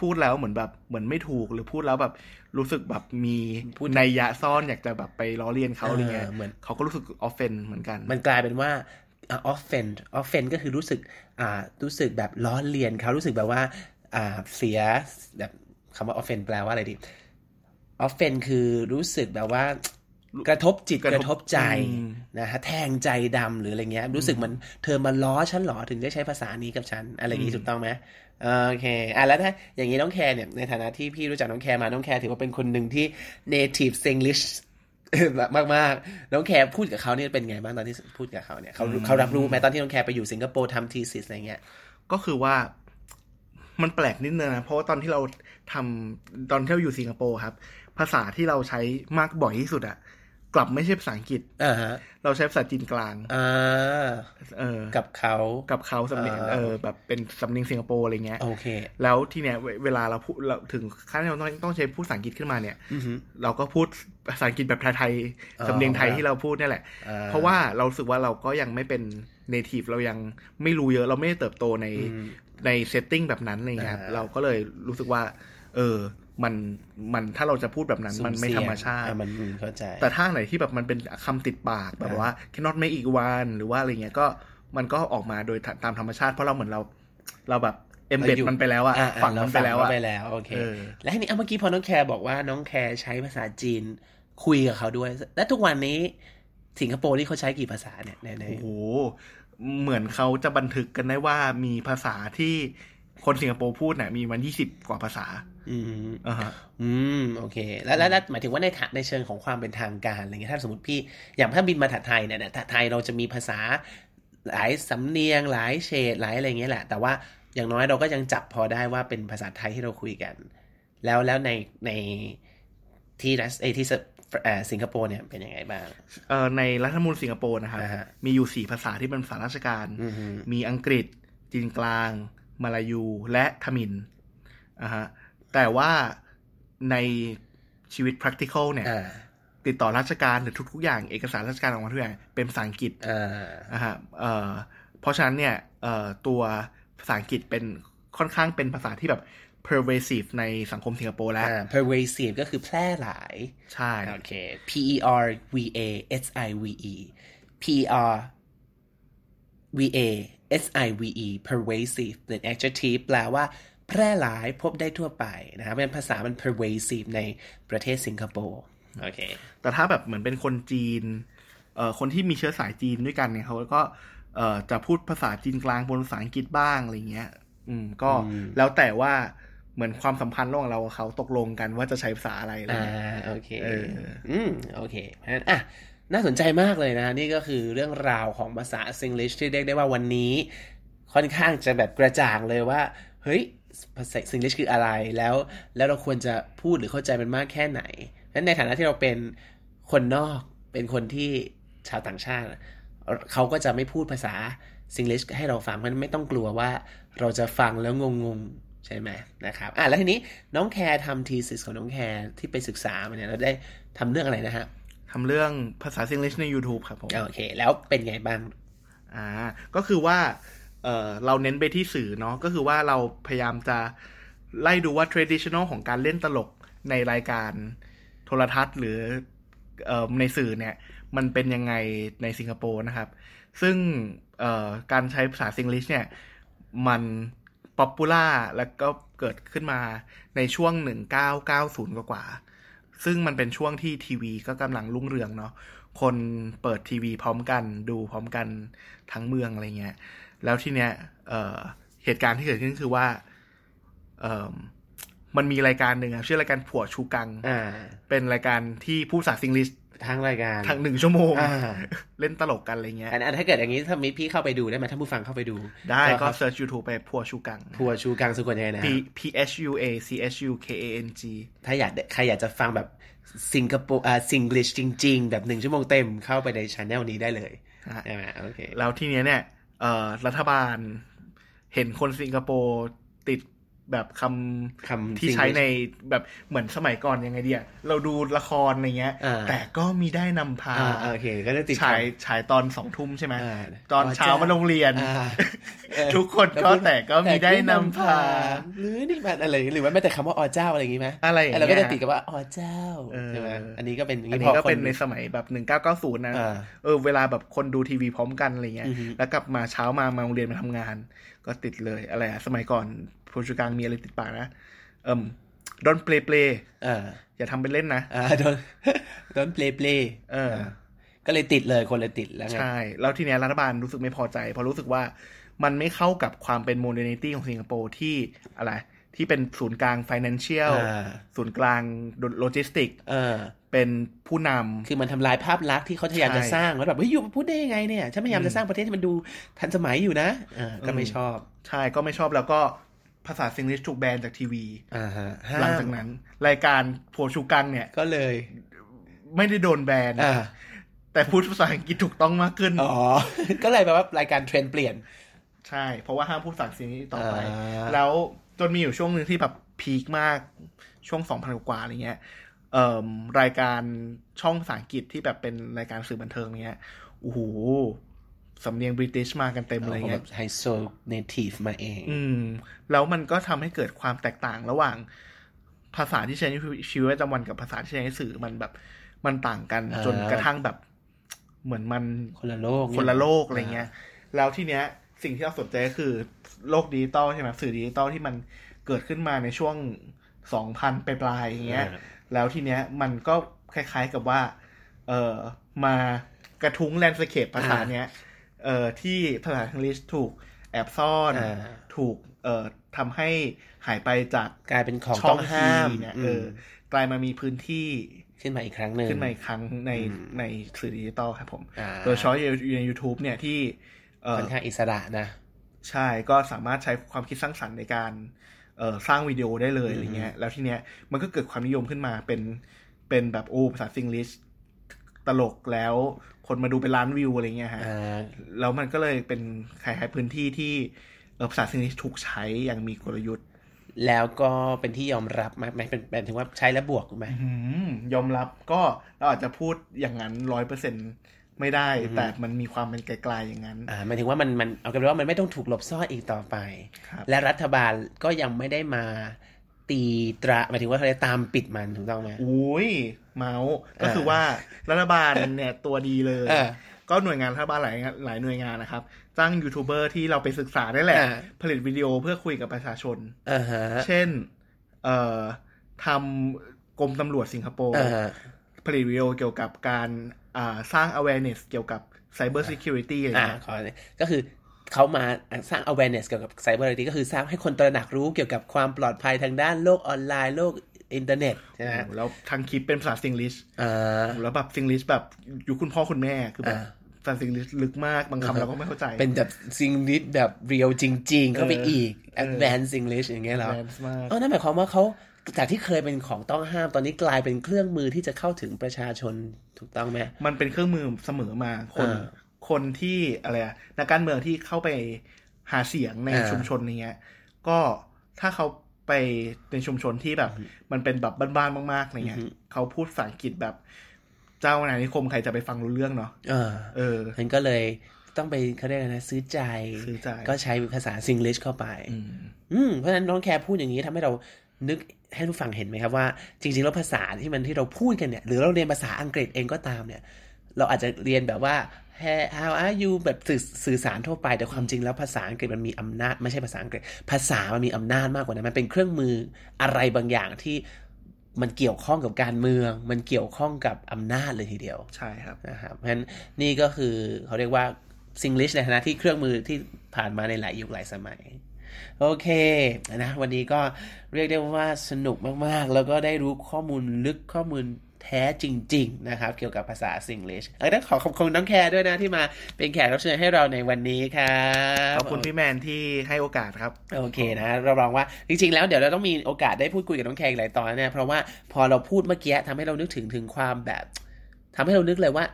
Speaker 2: พูดแล้วเหมือนแบบเหมือนไม่ถูกหรือพูดแล้วแบบรู้สึกแบบมีในยยะซ่อนอยากจะแบบไปล้อเลียนเขาอะไรเงี้ย
Speaker 1: เหมือน
Speaker 2: เขาก็รู้สึก offend เหมือนกัน
Speaker 1: มันกลายเป็นว่าอ่า offend offend ก็คือรู้สึกอ่ารู้สึกแบบล้อเลียนเขารู้สึกแบบว่าอ่าเสียแบบคำว่า offend แปลว่าอะไรดี offend คือรู้สึกแบบว่า กระทบจิต
Speaker 2: กระ
Speaker 1: ก
Speaker 2: ทบ
Speaker 1: ระทบใจ
Speaker 2: อืม
Speaker 1: นะฮะแทงใจดำหรืออะไรเงี้ย รู้สึกเหมันเธอมาล้อฉันเหรอถึงได้ใช้ภาษานี้กับฉัน อะไรอย่างนี้ถูกต้องไหมโอเคอ่ะแล้วถ้าอย่างนี้น้องแคร์เนี่ยในฐานะที่พี่รู้จักน้องแคร์มาน้องแคร์ถือว่าเป็นคนหนึ่งที่ native English ม ากมากๆน้องแคร์พูดกับเขาเนี่ยเป็นไงบ้างตอนที่พูดกับเขาเนี่ยเขาเขารับรู้ไหมตอนที่น้องแคร์ไปอยู่สิงคโปร์ทำทีสิสอะไรเงี้ย
Speaker 2: ก็คือว่ามันแปลกนิดนึงนะเพราะว่าตอนที่เราทำตอนที่เราอยู่สิงคโปร์ครับ ภาษาที่เราใช้มากบ่อยที่สุดอะกลับไม่ใช่ภาษาอังกฤษ
Speaker 1: อ่าฮะ
Speaker 2: เราใช้ภาษาจีนกลาง
Speaker 1: อ่า
Speaker 2: เออ
Speaker 1: กับเขา
Speaker 2: กับเขาสำเนียง
Speaker 1: อ่า
Speaker 2: เออแบบเป็นสำเนียงสิงคโปร์อะไรเงี้ย
Speaker 1: โอเค
Speaker 2: แล้วทีเนี้ยเวเวลาเราพูดเราถึงขั้นที่เราต้องต้องใช้พูดภาษาอังกฤษขึ้นมาเนี่ย
Speaker 1: อือฮึ
Speaker 2: เราก็พูดภาษาอังกฤษแบบไทย
Speaker 1: อ๋อ
Speaker 2: ๆสำเนียงไทยที่เราพูดเนี่ยแหละ
Speaker 1: อ่
Speaker 2: เพราะว่าเรารู้สึกว่าเราก็ยังไม่เป็น native เรายังไม่รู้เยอะเราไม่ได้เติบโตใน
Speaker 1: อืม
Speaker 2: ในเซตติ้งแบบนั้นอะไรเลยครับ
Speaker 1: อ่า
Speaker 2: เราก็เลยรู้สึกว่า เออ มันมันถ้าเราจะพูดแบบนั้น มันไม่ธรรมชาติ
Speaker 1: อ่ะมันอืมเข้าใจ
Speaker 2: แต่ถ้าไหนที่แบบมันเป็นคำติดปากแบบ
Speaker 1: อ่า
Speaker 2: ว่า cannot make อีกวันหรือว่าอะไรเงี้ยก็มันก็ออกมาโดยตามธรรมชาติ เพราะเราเหมือนเรา เราแบบ embed มันไปแล้วอะ
Speaker 1: อ่ะ
Speaker 2: ฝัง
Speaker 1: เรา
Speaker 2: มันไปแล้วอะ
Speaker 1: ฝังเข้าไปแล้วโอเค
Speaker 2: เออ
Speaker 1: และทีนี้เอาเมื่อกี้พอน้องแคร์บอกว่าน้องแคร์ใช้ภาษาจีนคุยกับเขาด้วย และทุกวันนี้สิงคโปร์นี่เขาใช้กี่ภาษาเนี่ยในใน
Speaker 2: โอ้โห เหมือนเขาจะบันทึกกันได้ว่ามีภาษาที่คนสิงคโปร์พูดเนี่ยมีมันยี่สิบกว่าภาษา
Speaker 1: อืม
Speaker 2: อ่าฮะ
Speaker 1: อืม โอเค แล้วแล้วแล้วหมายถึงว่าในฐานในเชิงของความเป็นทางการอะไรเงี้ยถ้าสมมติพี่อย่างถ้าบินมาถัดไทยเนี่ยนะถัดไทยเราจะมีภาษาหลายสำเนียงหลายเฉดหลายอะไรเงี้ยแหละ แต่ว่าอย่างน้อยเราก็ยังจับพอได้ว่าเป็นภาษาไทยที่เราคุยกัน แล้วแล้วในในที่รัสเอยที่สเอ่อสิงคโปร์เนี่ยเป็นยังไงบ้าง
Speaker 2: เอ่อในรัฐธรรมนูญสิงคโปร์นะครับ
Speaker 1: อ่าฮะ
Speaker 2: มีอยู่สี่ภาษาที่เป็นภาษาราชการ
Speaker 1: อืมฮึ
Speaker 2: มีอังกฤษ จีนกลาง มาลายู และทมิฬอ่าฮะแต่ว่าในชีวิต practical เนี่ย
Speaker 1: อ่า
Speaker 2: ติดต่อราชการหรือทุกๆอย่างเอกสารราชการออกมาทุกอย่างเป็นภาษาอังกฤษ
Speaker 1: อ่า
Speaker 2: นะฮะเอ่อเพราะฉะนั้นเนี่ยเอ่อตัวภาษาอังกฤษเป็นค่อนข้างเป็นภาษาที่แบบ pervasive ในสังคมสิงคโปร์แล้ว
Speaker 1: อ่า pervasive ก็คือแพร่หลาย
Speaker 2: ใช่
Speaker 1: โอเค P E R V A S I V E P E R V A S I V E pervasive เป็น adjective แปลว่าแพร่หลายพบได้ทั่วไปนะครับเป็นภาษามัน pervasive ในประเทศสิงคโปร์ โอเค
Speaker 2: แต่ถ้าแบบเหมือนเป็นคนจีน เอ่อ คนที่มีเชื้อสายจีนด้วยกันเนี่ยเขาก็ เอ่อ จะพูดภาษาจีนกลางบนภาษาอังกฤษบ้างอะไรเงี้ย อืม ก็
Speaker 1: อืม
Speaker 2: แล้วแต่ว่าเหมือนความสัมพันธ์ระหว่างเรากับเขาตกลงกันว่าจะใช้ภาษาอะไรอะไร
Speaker 1: อ่า
Speaker 2: เงี้ย
Speaker 1: โอเค
Speaker 2: เออ
Speaker 1: อืมโอเคเพราะฉะนั้นอ่ะน่าสนใจมากเลยนะ นี่ก็คือเรื่องราวของภาษา Singlish ที่เรียกได้ว่าวันนี้ ค่อนข้างจะแบบกระจ่างเลยว่า เฮ้ยภาษา Singlish คืออะไรแล้ว แล้วเราควรจะพูดหรือเข้าใจมันมากแค่ไหนนั้นในฐานะที่เราเป็นคนนอกเป็นคนที่ชาวต่างชาติ เขาก็จะไม่พูดภาษา Singlish ให้เราฟังมันไม่ต้องกลัวว่าเราจะฟังแล้วงงๆ ใช่ไหมนะครับอ่ะแล้วทีนี้น้องแคร์ทำทีสิสของน้องแคร์ที่ไปศึกษามาเนี่ยเราได้ทำเรื่องอะไรนะฮะ
Speaker 2: ทำเรื่องภาษาซิงลิชใน YouTube ครับผม
Speaker 1: โอเค แล้วเป็นไงบ้าง
Speaker 2: อ่า ก็คือว่า เอ่อ เราเน้นไปที่สื่อเนาะ ก็คือว่าเราพยายามจะไล่ดูว่า traditional ของการเล่นตลกในรายการโทรทัศน์หรือเอ่อในสื่อเนี่ย มันเป็นยังไงในสิงคโปร์นะครับ ซึ่งเอ่อการใช้ภาษาซิงลิชเนี่ย มันป๊อปปูล่าแล้วก็เกิดขึ้นมาในช่วง 1990 กว่าๆซึ่งมันเป็นช่วงที่ทีวีก็กำลังรุ่งเรืองเนาะ คนเปิดทีวีพร้อมกันดูพร้อมกันทั้งเมืองอะไรเงี้ย แล้วทีเนี้ยเอ่อเหตุการณ์ที่เกิดขึ้นคือว่าเอ่อมันมีรายการหนึ่งอะชื่อรายการผัวชูกัง
Speaker 1: อ่า
Speaker 2: เป็นรายการที่ผู้ภาษาซิงลิช
Speaker 1: ทางรายการ
Speaker 2: ทั้งหนึ่งชั่วโมง
Speaker 1: อ่า
Speaker 2: เล่นตลกกันอะไรเงี้ย
Speaker 1: อันอันถ้าเกิดอย่างนี้ถ้ามีพี่เข้าไปดูได้ไหมท่านผู้ฟังเข้าไปดู
Speaker 2: ได้
Speaker 1: ครั
Speaker 2: ก็
Speaker 1: บ
Speaker 2: เซิร์ช YouTube ไปผัวชูกัง
Speaker 1: ทัวร์ชูกังสุกลยังไงนะ
Speaker 2: P
Speaker 1: ฮะ
Speaker 2: P H U A C H U K A N G
Speaker 1: ถ้าอยากได้ใครอยากจะฟังแบบสิงคโปร์อ่าสิงลิชจริง ๆ แบบหนึ่งชั่วโมงเต็มเข้าไปในช anel นี้ได้เลย
Speaker 2: อ่ะ
Speaker 1: ใช่ไหมโอเค
Speaker 2: แล้วทีเนี้ยเนี่ยเอ่อรัฐบาลเห็นคนสิงคโปร์ติดแบบคำ
Speaker 1: คำ
Speaker 2: ที่ใช้ในแบบเหมือนสมัยก่อนยังไงเดียเราดูละครอะไรเงี้ย
Speaker 1: อ่า
Speaker 2: แต่ก็มีได้นำพา
Speaker 1: อ่าโอเค ก็จะติด
Speaker 2: ฉายฉายตอนสองทุ่มใช่ไหม
Speaker 1: อ่า
Speaker 2: ตอนเช้ามาโรงเรียน
Speaker 1: อ่าเออ
Speaker 2: ทุกคนก็แต่ก็มีได้นำพา
Speaker 1: หรือนี่มันอะไรหรือว่าแม้แต่คำว่าอ๋อเจ้าอะไรอย่างงี้ไหม
Speaker 2: อะไรอย่างเงี้ย
Speaker 1: เราก็จะติดกับว่าอ๋อเจ้า
Speaker 2: เออ
Speaker 1: ใช่ไหมอันนี้ก็เป็น
Speaker 2: อัน
Speaker 1: พ
Speaker 2: นี้ก็
Speaker 1: ค
Speaker 2: เป็นในสมัยแบบหนึ่งเก้าเก้าศูนย์นะ
Speaker 1: อ่า
Speaker 2: เออเวลาแบบคนดูทีวีพร้อมกันอะไรเงี้ย
Speaker 1: อือฮึ
Speaker 2: แล้วกลับมาเช้ามามาโรงเรียนมาทำงาน ก็ติดเลยอะไรอะสมัยก่อนโปรตุกังมีอะไรติดปากนะ เอิมดอนเปลเปล
Speaker 1: อ่า
Speaker 2: อย่าทำเป็นเล่นนะ
Speaker 1: อ่าโด นโดนเพลย์เพลย์
Speaker 2: เออ
Speaker 1: ก็เลยติดเลยคนเลยติดแล้วไง
Speaker 2: ใช่ แล้วทีเนี้ยรัฐบาลรู้สึกไม่พอใจ เพราะรู้สึกว่ามันไม่เข้ากับความเป็นโมเด r n i ตี้ของสิงคโปร์ที่อะไร ที่เป็นศูนย์กลาง financial
Speaker 1: อ่า
Speaker 2: ศูนย์กลางโลจิสติก
Speaker 1: เออ
Speaker 2: เป็นผู้น
Speaker 1: คือมันทำลายภาพลักษณ์ที่เขาพยายามจะ
Speaker 2: ใช่
Speaker 1: สร้างแล้วแบบเฮ้ยอยู่พูดได้ยังไงเนี่ยฉันพยายามจะสร้างประเทศที่มันดูทันสมัยอยู่นะเออก็ไม่ชอบ
Speaker 2: ำใช่ก็ไม่ชอบแล้วก็ภาษาซิงลิชถูกแบนจากทีวี
Speaker 1: อ่าฮะ
Speaker 2: หลังจากนั้น รายการโผชูกังเนี่ย
Speaker 1: ก็เลย
Speaker 2: ไม่ได้โดนแบน
Speaker 1: อ่า
Speaker 2: แต่พูดภาษาอังกฤษถูกต้องมากขึ้น
Speaker 1: อ๋ อ ก็เลยแปลว่ารายการเทรนด์เปลี่ยน
Speaker 2: ใช่ เพราะว่าห้ามพูดภาษาสิ่งนี้ต่อไป
Speaker 1: อ่า
Speaker 2: แล้วจนมีอยู่ช่วงหนึ่งที่แบบพีคมากช่วงสองพันกว่าๆอะไรเงี้ยเอ่มรายการช่องภาษาอังกฤษที่แบบเป็นรายการสื่อบันเทิงเนี้ยโอ้โหสำเนียงบริติชมากันเต็มเลย
Speaker 1: แบ
Speaker 2: เงี้ย
Speaker 1: บไฮโซเนทีฟมาเอง
Speaker 2: อืม แล้วมันก็ทำให้เกิดความแตกต่างระหว่างภาษาที่ใช้ในชีวิตประจำวันกับภาษาที่ใช้ในสื่อมันแบบมันต่างกัน
Speaker 1: อ่า
Speaker 2: จนกระทั่งแบบ เหมือนมัน
Speaker 1: คนละโลก
Speaker 2: คนละโลกอะไรเงี้ย แล้วทีเนี้ยสิ่งที่เราสนใจก็คือโลกดิจิตอลใช่ไหมสื่อดิจิตอลที่มันเกิดขึ้นมาในช่วง 2,000 ไปปลายๆอย่างเงี้ย แล้วทีเนี้ยมันก็คล้ายๆกับว่า เออมากระทุ้งแลนด์สเคปภาษาเนี้ย เออที่ภาษาอังกฤษถูกแอบซ่อน
Speaker 1: อ่า
Speaker 2: ถูกเออ ทำให้หายไปจาก
Speaker 1: กลายเป็นของ
Speaker 2: ช่
Speaker 1: ต้
Speaker 2: อ
Speaker 1: อง ง
Speaker 2: ห้า
Speaker 1: ห้าม ม
Speaker 2: เนี่ย
Speaker 1: อื
Speaker 2: เออ
Speaker 1: ม
Speaker 2: กลายมามีพื้นที่
Speaker 1: ขึ้นมาอีกครั้งหนึ่ง
Speaker 2: ขึ้นมาอีกครั้งใน
Speaker 1: อืม
Speaker 2: ในสื่อดิจิตอลครับผม
Speaker 1: อ่า
Speaker 2: โดยเฉพาะอยู่ใน YouTube เนี่ยที่เอ่อ
Speaker 1: ค่อนข้างอิสระนะ
Speaker 2: ใช่ก็สามารถใช้ความคิดสร้างสรรค์ในการเอ่อสร้างวิดีโอได้เลยอะไรเงี้ยแล้วทีเนี้ยมันก็เกิดความนิยมขึ้นมาเป็นเป็นแบบโอ้ภาษาซิงลิชตลกแล้วคนมาดูเป็นล้านวิวอะไรเงี้ยฮะ
Speaker 1: อ่า
Speaker 2: แล้วมันก็เลยเป็นคล้ายๆพื้นที่ที่เอ่อภาษาซิงลิชถูกใช้อย่างมีกลยุทธ์
Speaker 1: แล้วก็เป็นที่ยอมรับไหมไหมเป็นเป็นถึงว่าใช้แล้วบวกไหม
Speaker 2: ยอมรับก็เราอาจจะพูดอย่างนั้นร้อยเปอร์เซ็นไม่ได้
Speaker 1: อืม
Speaker 2: แต่มันมีความเป็นไกลๆอย่างนั้น
Speaker 1: อ่าหมายถึงว่ามันมันเอากันว่ามันไม่ต้องถูกหลบซ่อนอีกต่อไป
Speaker 2: ครับ
Speaker 1: และรัฐบาลก็ยังไม่ได้มาตีตราหมายถึงว่าเขาจะตามปิดมันถูกต้องไหม
Speaker 2: อุ้ยเมาส์ก็คือ
Speaker 1: เออ
Speaker 2: ว่ารัฐบาลเนี่ยตัวดีเลย
Speaker 1: เออ
Speaker 2: ก็หน่วยงานรัฐบาลหลายหลายหน่วยงานนะครับ จ้างยูทูบเบอร์ที่เราไปศึกษาได้แหละ
Speaker 1: อ่า
Speaker 2: ผลิตวิดีโอเพื่อคุยกับประชาชน
Speaker 1: อ่าฮะ
Speaker 2: เช่น เอ่อทำกรมตำรวจสิงคโปร์
Speaker 1: อ่าฮะ
Speaker 2: ผลิตวิดีโอเกี่ยวกับการอ่าสร้าง awareness เกี่ยวกับ cyber security อะไร
Speaker 1: อ่า
Speaker 2: เงี้ย
Speaker 1: ขอก็คือเขามาสร้าง awareness เกี่ยวกับ cybersecurity ก็คือสร้างให้คนตระหนักรู้เกี่ยวกับความปลอดภัยทางด้านโลกออนไลน์โลกอินเทอร์เน็ตใช่ไหม
Speaker 2: โอ้โหแล้วทางคลิปเป็นภาษาสิงลิช
Speaker 1: อ่า
Speaker 2: แล้วแบบสิงลิชแบบอยู่คุณพ่อคุณแม่คือแบบ
Speaker 1: อ่า
Speaker 2: ภาษาสิงลิชลึกมากบางคำเราก็ไม่เข้าใจ
Speaker 1: เป็นแบบซิงลิชแบบเรียลจริง ๆ เข้าไป
Speaker 2: เอออี
Speaker 1: อีก
Speaker 2: เออ
Speaker 1: advanced English อย่างเงี้ยเหรอ
Speaker 2: advanced มาก
Speaker 1: เออนั่นหมายความว่าเขาจากที่เคยเป็นของต้องห้ามตอนนี้กลายเป็นเครื่องมือที่จะเข้าถึงประชาชนถูกต้องไหม
Speaker 2: มันเป็นเครื่องมือเสมอมาคน
Speaker 1: อ่า
Speaker 2: คนที่อะไรอะนักการเมืองที่เข้าไปหาเสียงใน
Speaker 1: อ่า
Speaker 2: ชุมชนเนี้ย ก็ถ้าเขาไปในชุมชนที่แบบ มันเป็นแบบบ้านๆมากๆอะไรเงี้ย
Speaker 1: อือฮึ
Speaker 2: เขาพูดภาษาอังกฤษแบบเจ้านานิคมใครจะไปฟังรู้เรื่องเนาะ
Speaker 1: เออ
Speaker 2: เออ
Speaker 1: มันก็เลยต้องไปเขาเรียกอะไรนะซื้อใจ
Speaker 2: ซื้อใจ
Speaker 1: ก็ใช้ภาษาซิงลิชเข้าไป
Speaker 2: อืม
Speaker 1: อืมเพราะฉะนั้นน้องแคร์พูดอย่างนี้ทำให้เรานึกให้ทุกฝั่งเห็นไหมครับว่า จริง ๆ แล้วภาษาที่มันที่เราพูดกันเนี่ย หรือเราเรียนภาษาอังกฤษเองก็ตามเนี่ย เราอาจจะเรียนแบบว่า Hey, how are you แบบสื่อสื่อสารทั่วไปแต่ความจริงแล้วภาษาอังกฤษมันมีอำนาจไม่ใช่ภาษาอังกฤษ ภาษามันมีอำนาจมากกว่านั้นมันเป็นเครื่องมืออะไรบางอย่างที่มันเกี่ยวข้องกับการเมือง มันเกี่ยวข้องกับอำนาจเลยทีเดียว
Speaker 2: ใช่ครับ
Speaker 1: นะครับเพราะฉะนั้นนี่ก็คือเขาเรียกว่าซิงลิชในฐานะที่เครื่องมือที่ผ่านมาในหลายยุคหลายสมัย โอเคนะวันนี้ก็เรียกได้ว่าสนุกมากๆ แล้วก็ได้รู้ข้อมูลลึกข้อมูลแท้จริง ๆ นะครับ เกี่ยวกับภาษาซิงลิชต้องขอขอบคุณน้องแคร์ด้วยนะที่มาเป็นแขกรับเชิญให้เราในวันนี้ครับ
Speaker 2: ขอบคุณพี่แมนที่ให้โอกาสครับ
Speaker 1: โอเคนะเราลองว่าจริง ๆ แล้วเดี๋ยวเราต้องมีโอกาสได้พูดคุยกับน้องแคร์อีกหลายตอนเนี่ยเพราะว่าพอเราพูดเมื่อกี้ทำให้เรานึกถึงถึงความแบบ ทำให้เรานึกเลยว่า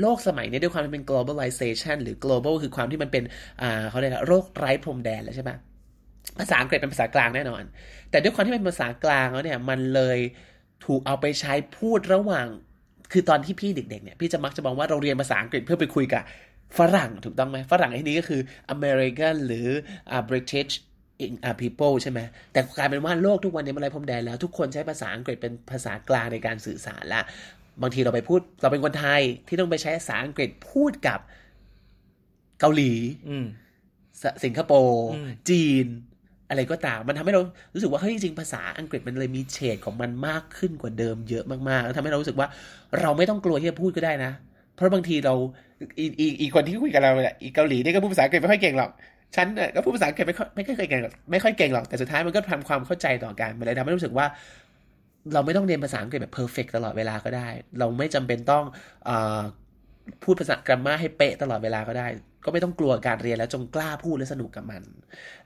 Speaker 1: โลกสมัยนี้ด้วยความที่เป็น globalization หรือ global คือความที่มันเป็นอ่าเขาเรียกว่าโรคไร้พรมแดนแล้วใช่ปะภาษาอังกฤษเป็นภาษากลางแน่นอน แต่ด้วยความที่เป็นภาษากลางแล้วเนี่ยมันเลยถูกเอาไปใช้พูดระหว่าง คือตอนที่พี่เด็กๆเนี่ยพี่จะมักจะมองว่าเราเรียนภาษาอังกฤษเพื่อไปคุยกับฝรั่งถูกต้องไหมฝรั่งในที่นี้ก็คือ American หรืออ่า British อิงอ่า people ใช่ไหมแต่กลายเป็นว่าโลกทุกวันนี้มันไร้พรมแดนแล้วทุกคนใช้ภาษาอังกฤษเป็นภาษากลางในการสื่อสารละ บางทีเราไปพูดเราเป็นคนไทยที่ต้องไปใช้ภาษาอังกฤษพูดกับเกาหลี
Speaker 2: อืม
Speaker 1: สสิงคโปร์
Speaker 2: อืม
Speaker 1: จีน อะไรก็ตาม มันทำให้เรารู้สึกว่าเฮ้ยจริงๆภาษาอังกฤษมันเลยมีเฉดของมันมากขึ้นกว่าเดิมเยอะมากๆแล้วทำให้เรารู้สึกว่าเราไม่ต้องกลัวที่จะพูดก็ได้นะ เพราะบางทีเราอีอีอีคนที่คุยกับเราเนี่ยอีเกาหลีเนี่ยก็พูดภาษาอังกฤษไม่ค่อยเก่งหรอกฉันเนี่ยก็พูดภาษาอังกฤษไม่ค่อยไม่ค่อยเก่งหรอกไม่ค่อยเก่งหรอกแต่สุดท้ายมันก็ทำความเข้าใจต่อกันมันเลยทำให้รู้สึกว่า เราไม่ต้องเรียนภาษาอังกฤษแบบเพอร์เฟกตลอดเวลาก็ได้ เราไม่จำเป็นต้องเออพูดภาษากร m ม a ให้เป๊ะตลอดเวลาก็ได้ ก็ไม่ต้องกลัวการเรียนแล้วจงกล้าพูดและสนุกกับมัน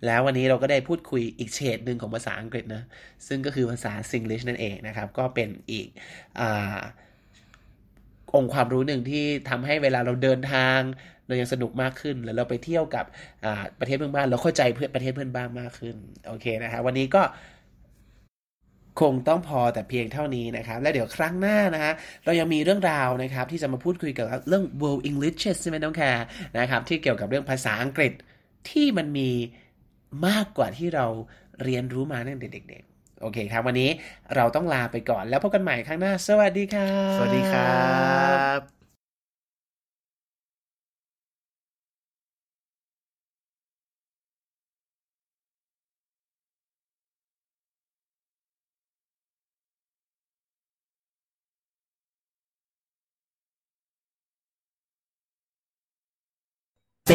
Speaker 1: แล้ววันนี้เราก็ได้พูดคุยอีกเฉดหนึ่งของภาษาอังกฤษนะ ซึ่งก็คือภาษาซิงลิชนั่นเองนะครับ ก็เป็นอีกอาองค์ความรู้หนึ่งที่ทำให้เวลาเราเดินทางเรายังสนุกมากขึ้น แล้วเราไปเที่ยวกับอ่าประเทศเพื่อนบ้านเราเข้าใจเพื่อนประเทศเพื่อนบ้านมากขึ้น โอเคนะครับวันนี้ก็ คงต้องพอแต่เพียงเท่านี้นะครับ แล้วเดี๋ยวครั้งหน้านะฮะเรายังมีเรื่องราวนะครับ ที่จะมาพูดคุยเกี่ยวกับเรื่อง world English ใช่ไหมน้องแคร์นะครับ ที่เกี่ยวกับเรื่องภาษาอังกฤษที่มันมีมากกว่าที่เราเรียนรู้มาตั้งแต่เด็กๆ โอเคครับ วันนี้เราต้องลาไปก่อนแล้วพบกันใหม่ครั้งหน้า สวัสดีครับ
Speaker 2: สวัสดีครับ
Speaker 1: เ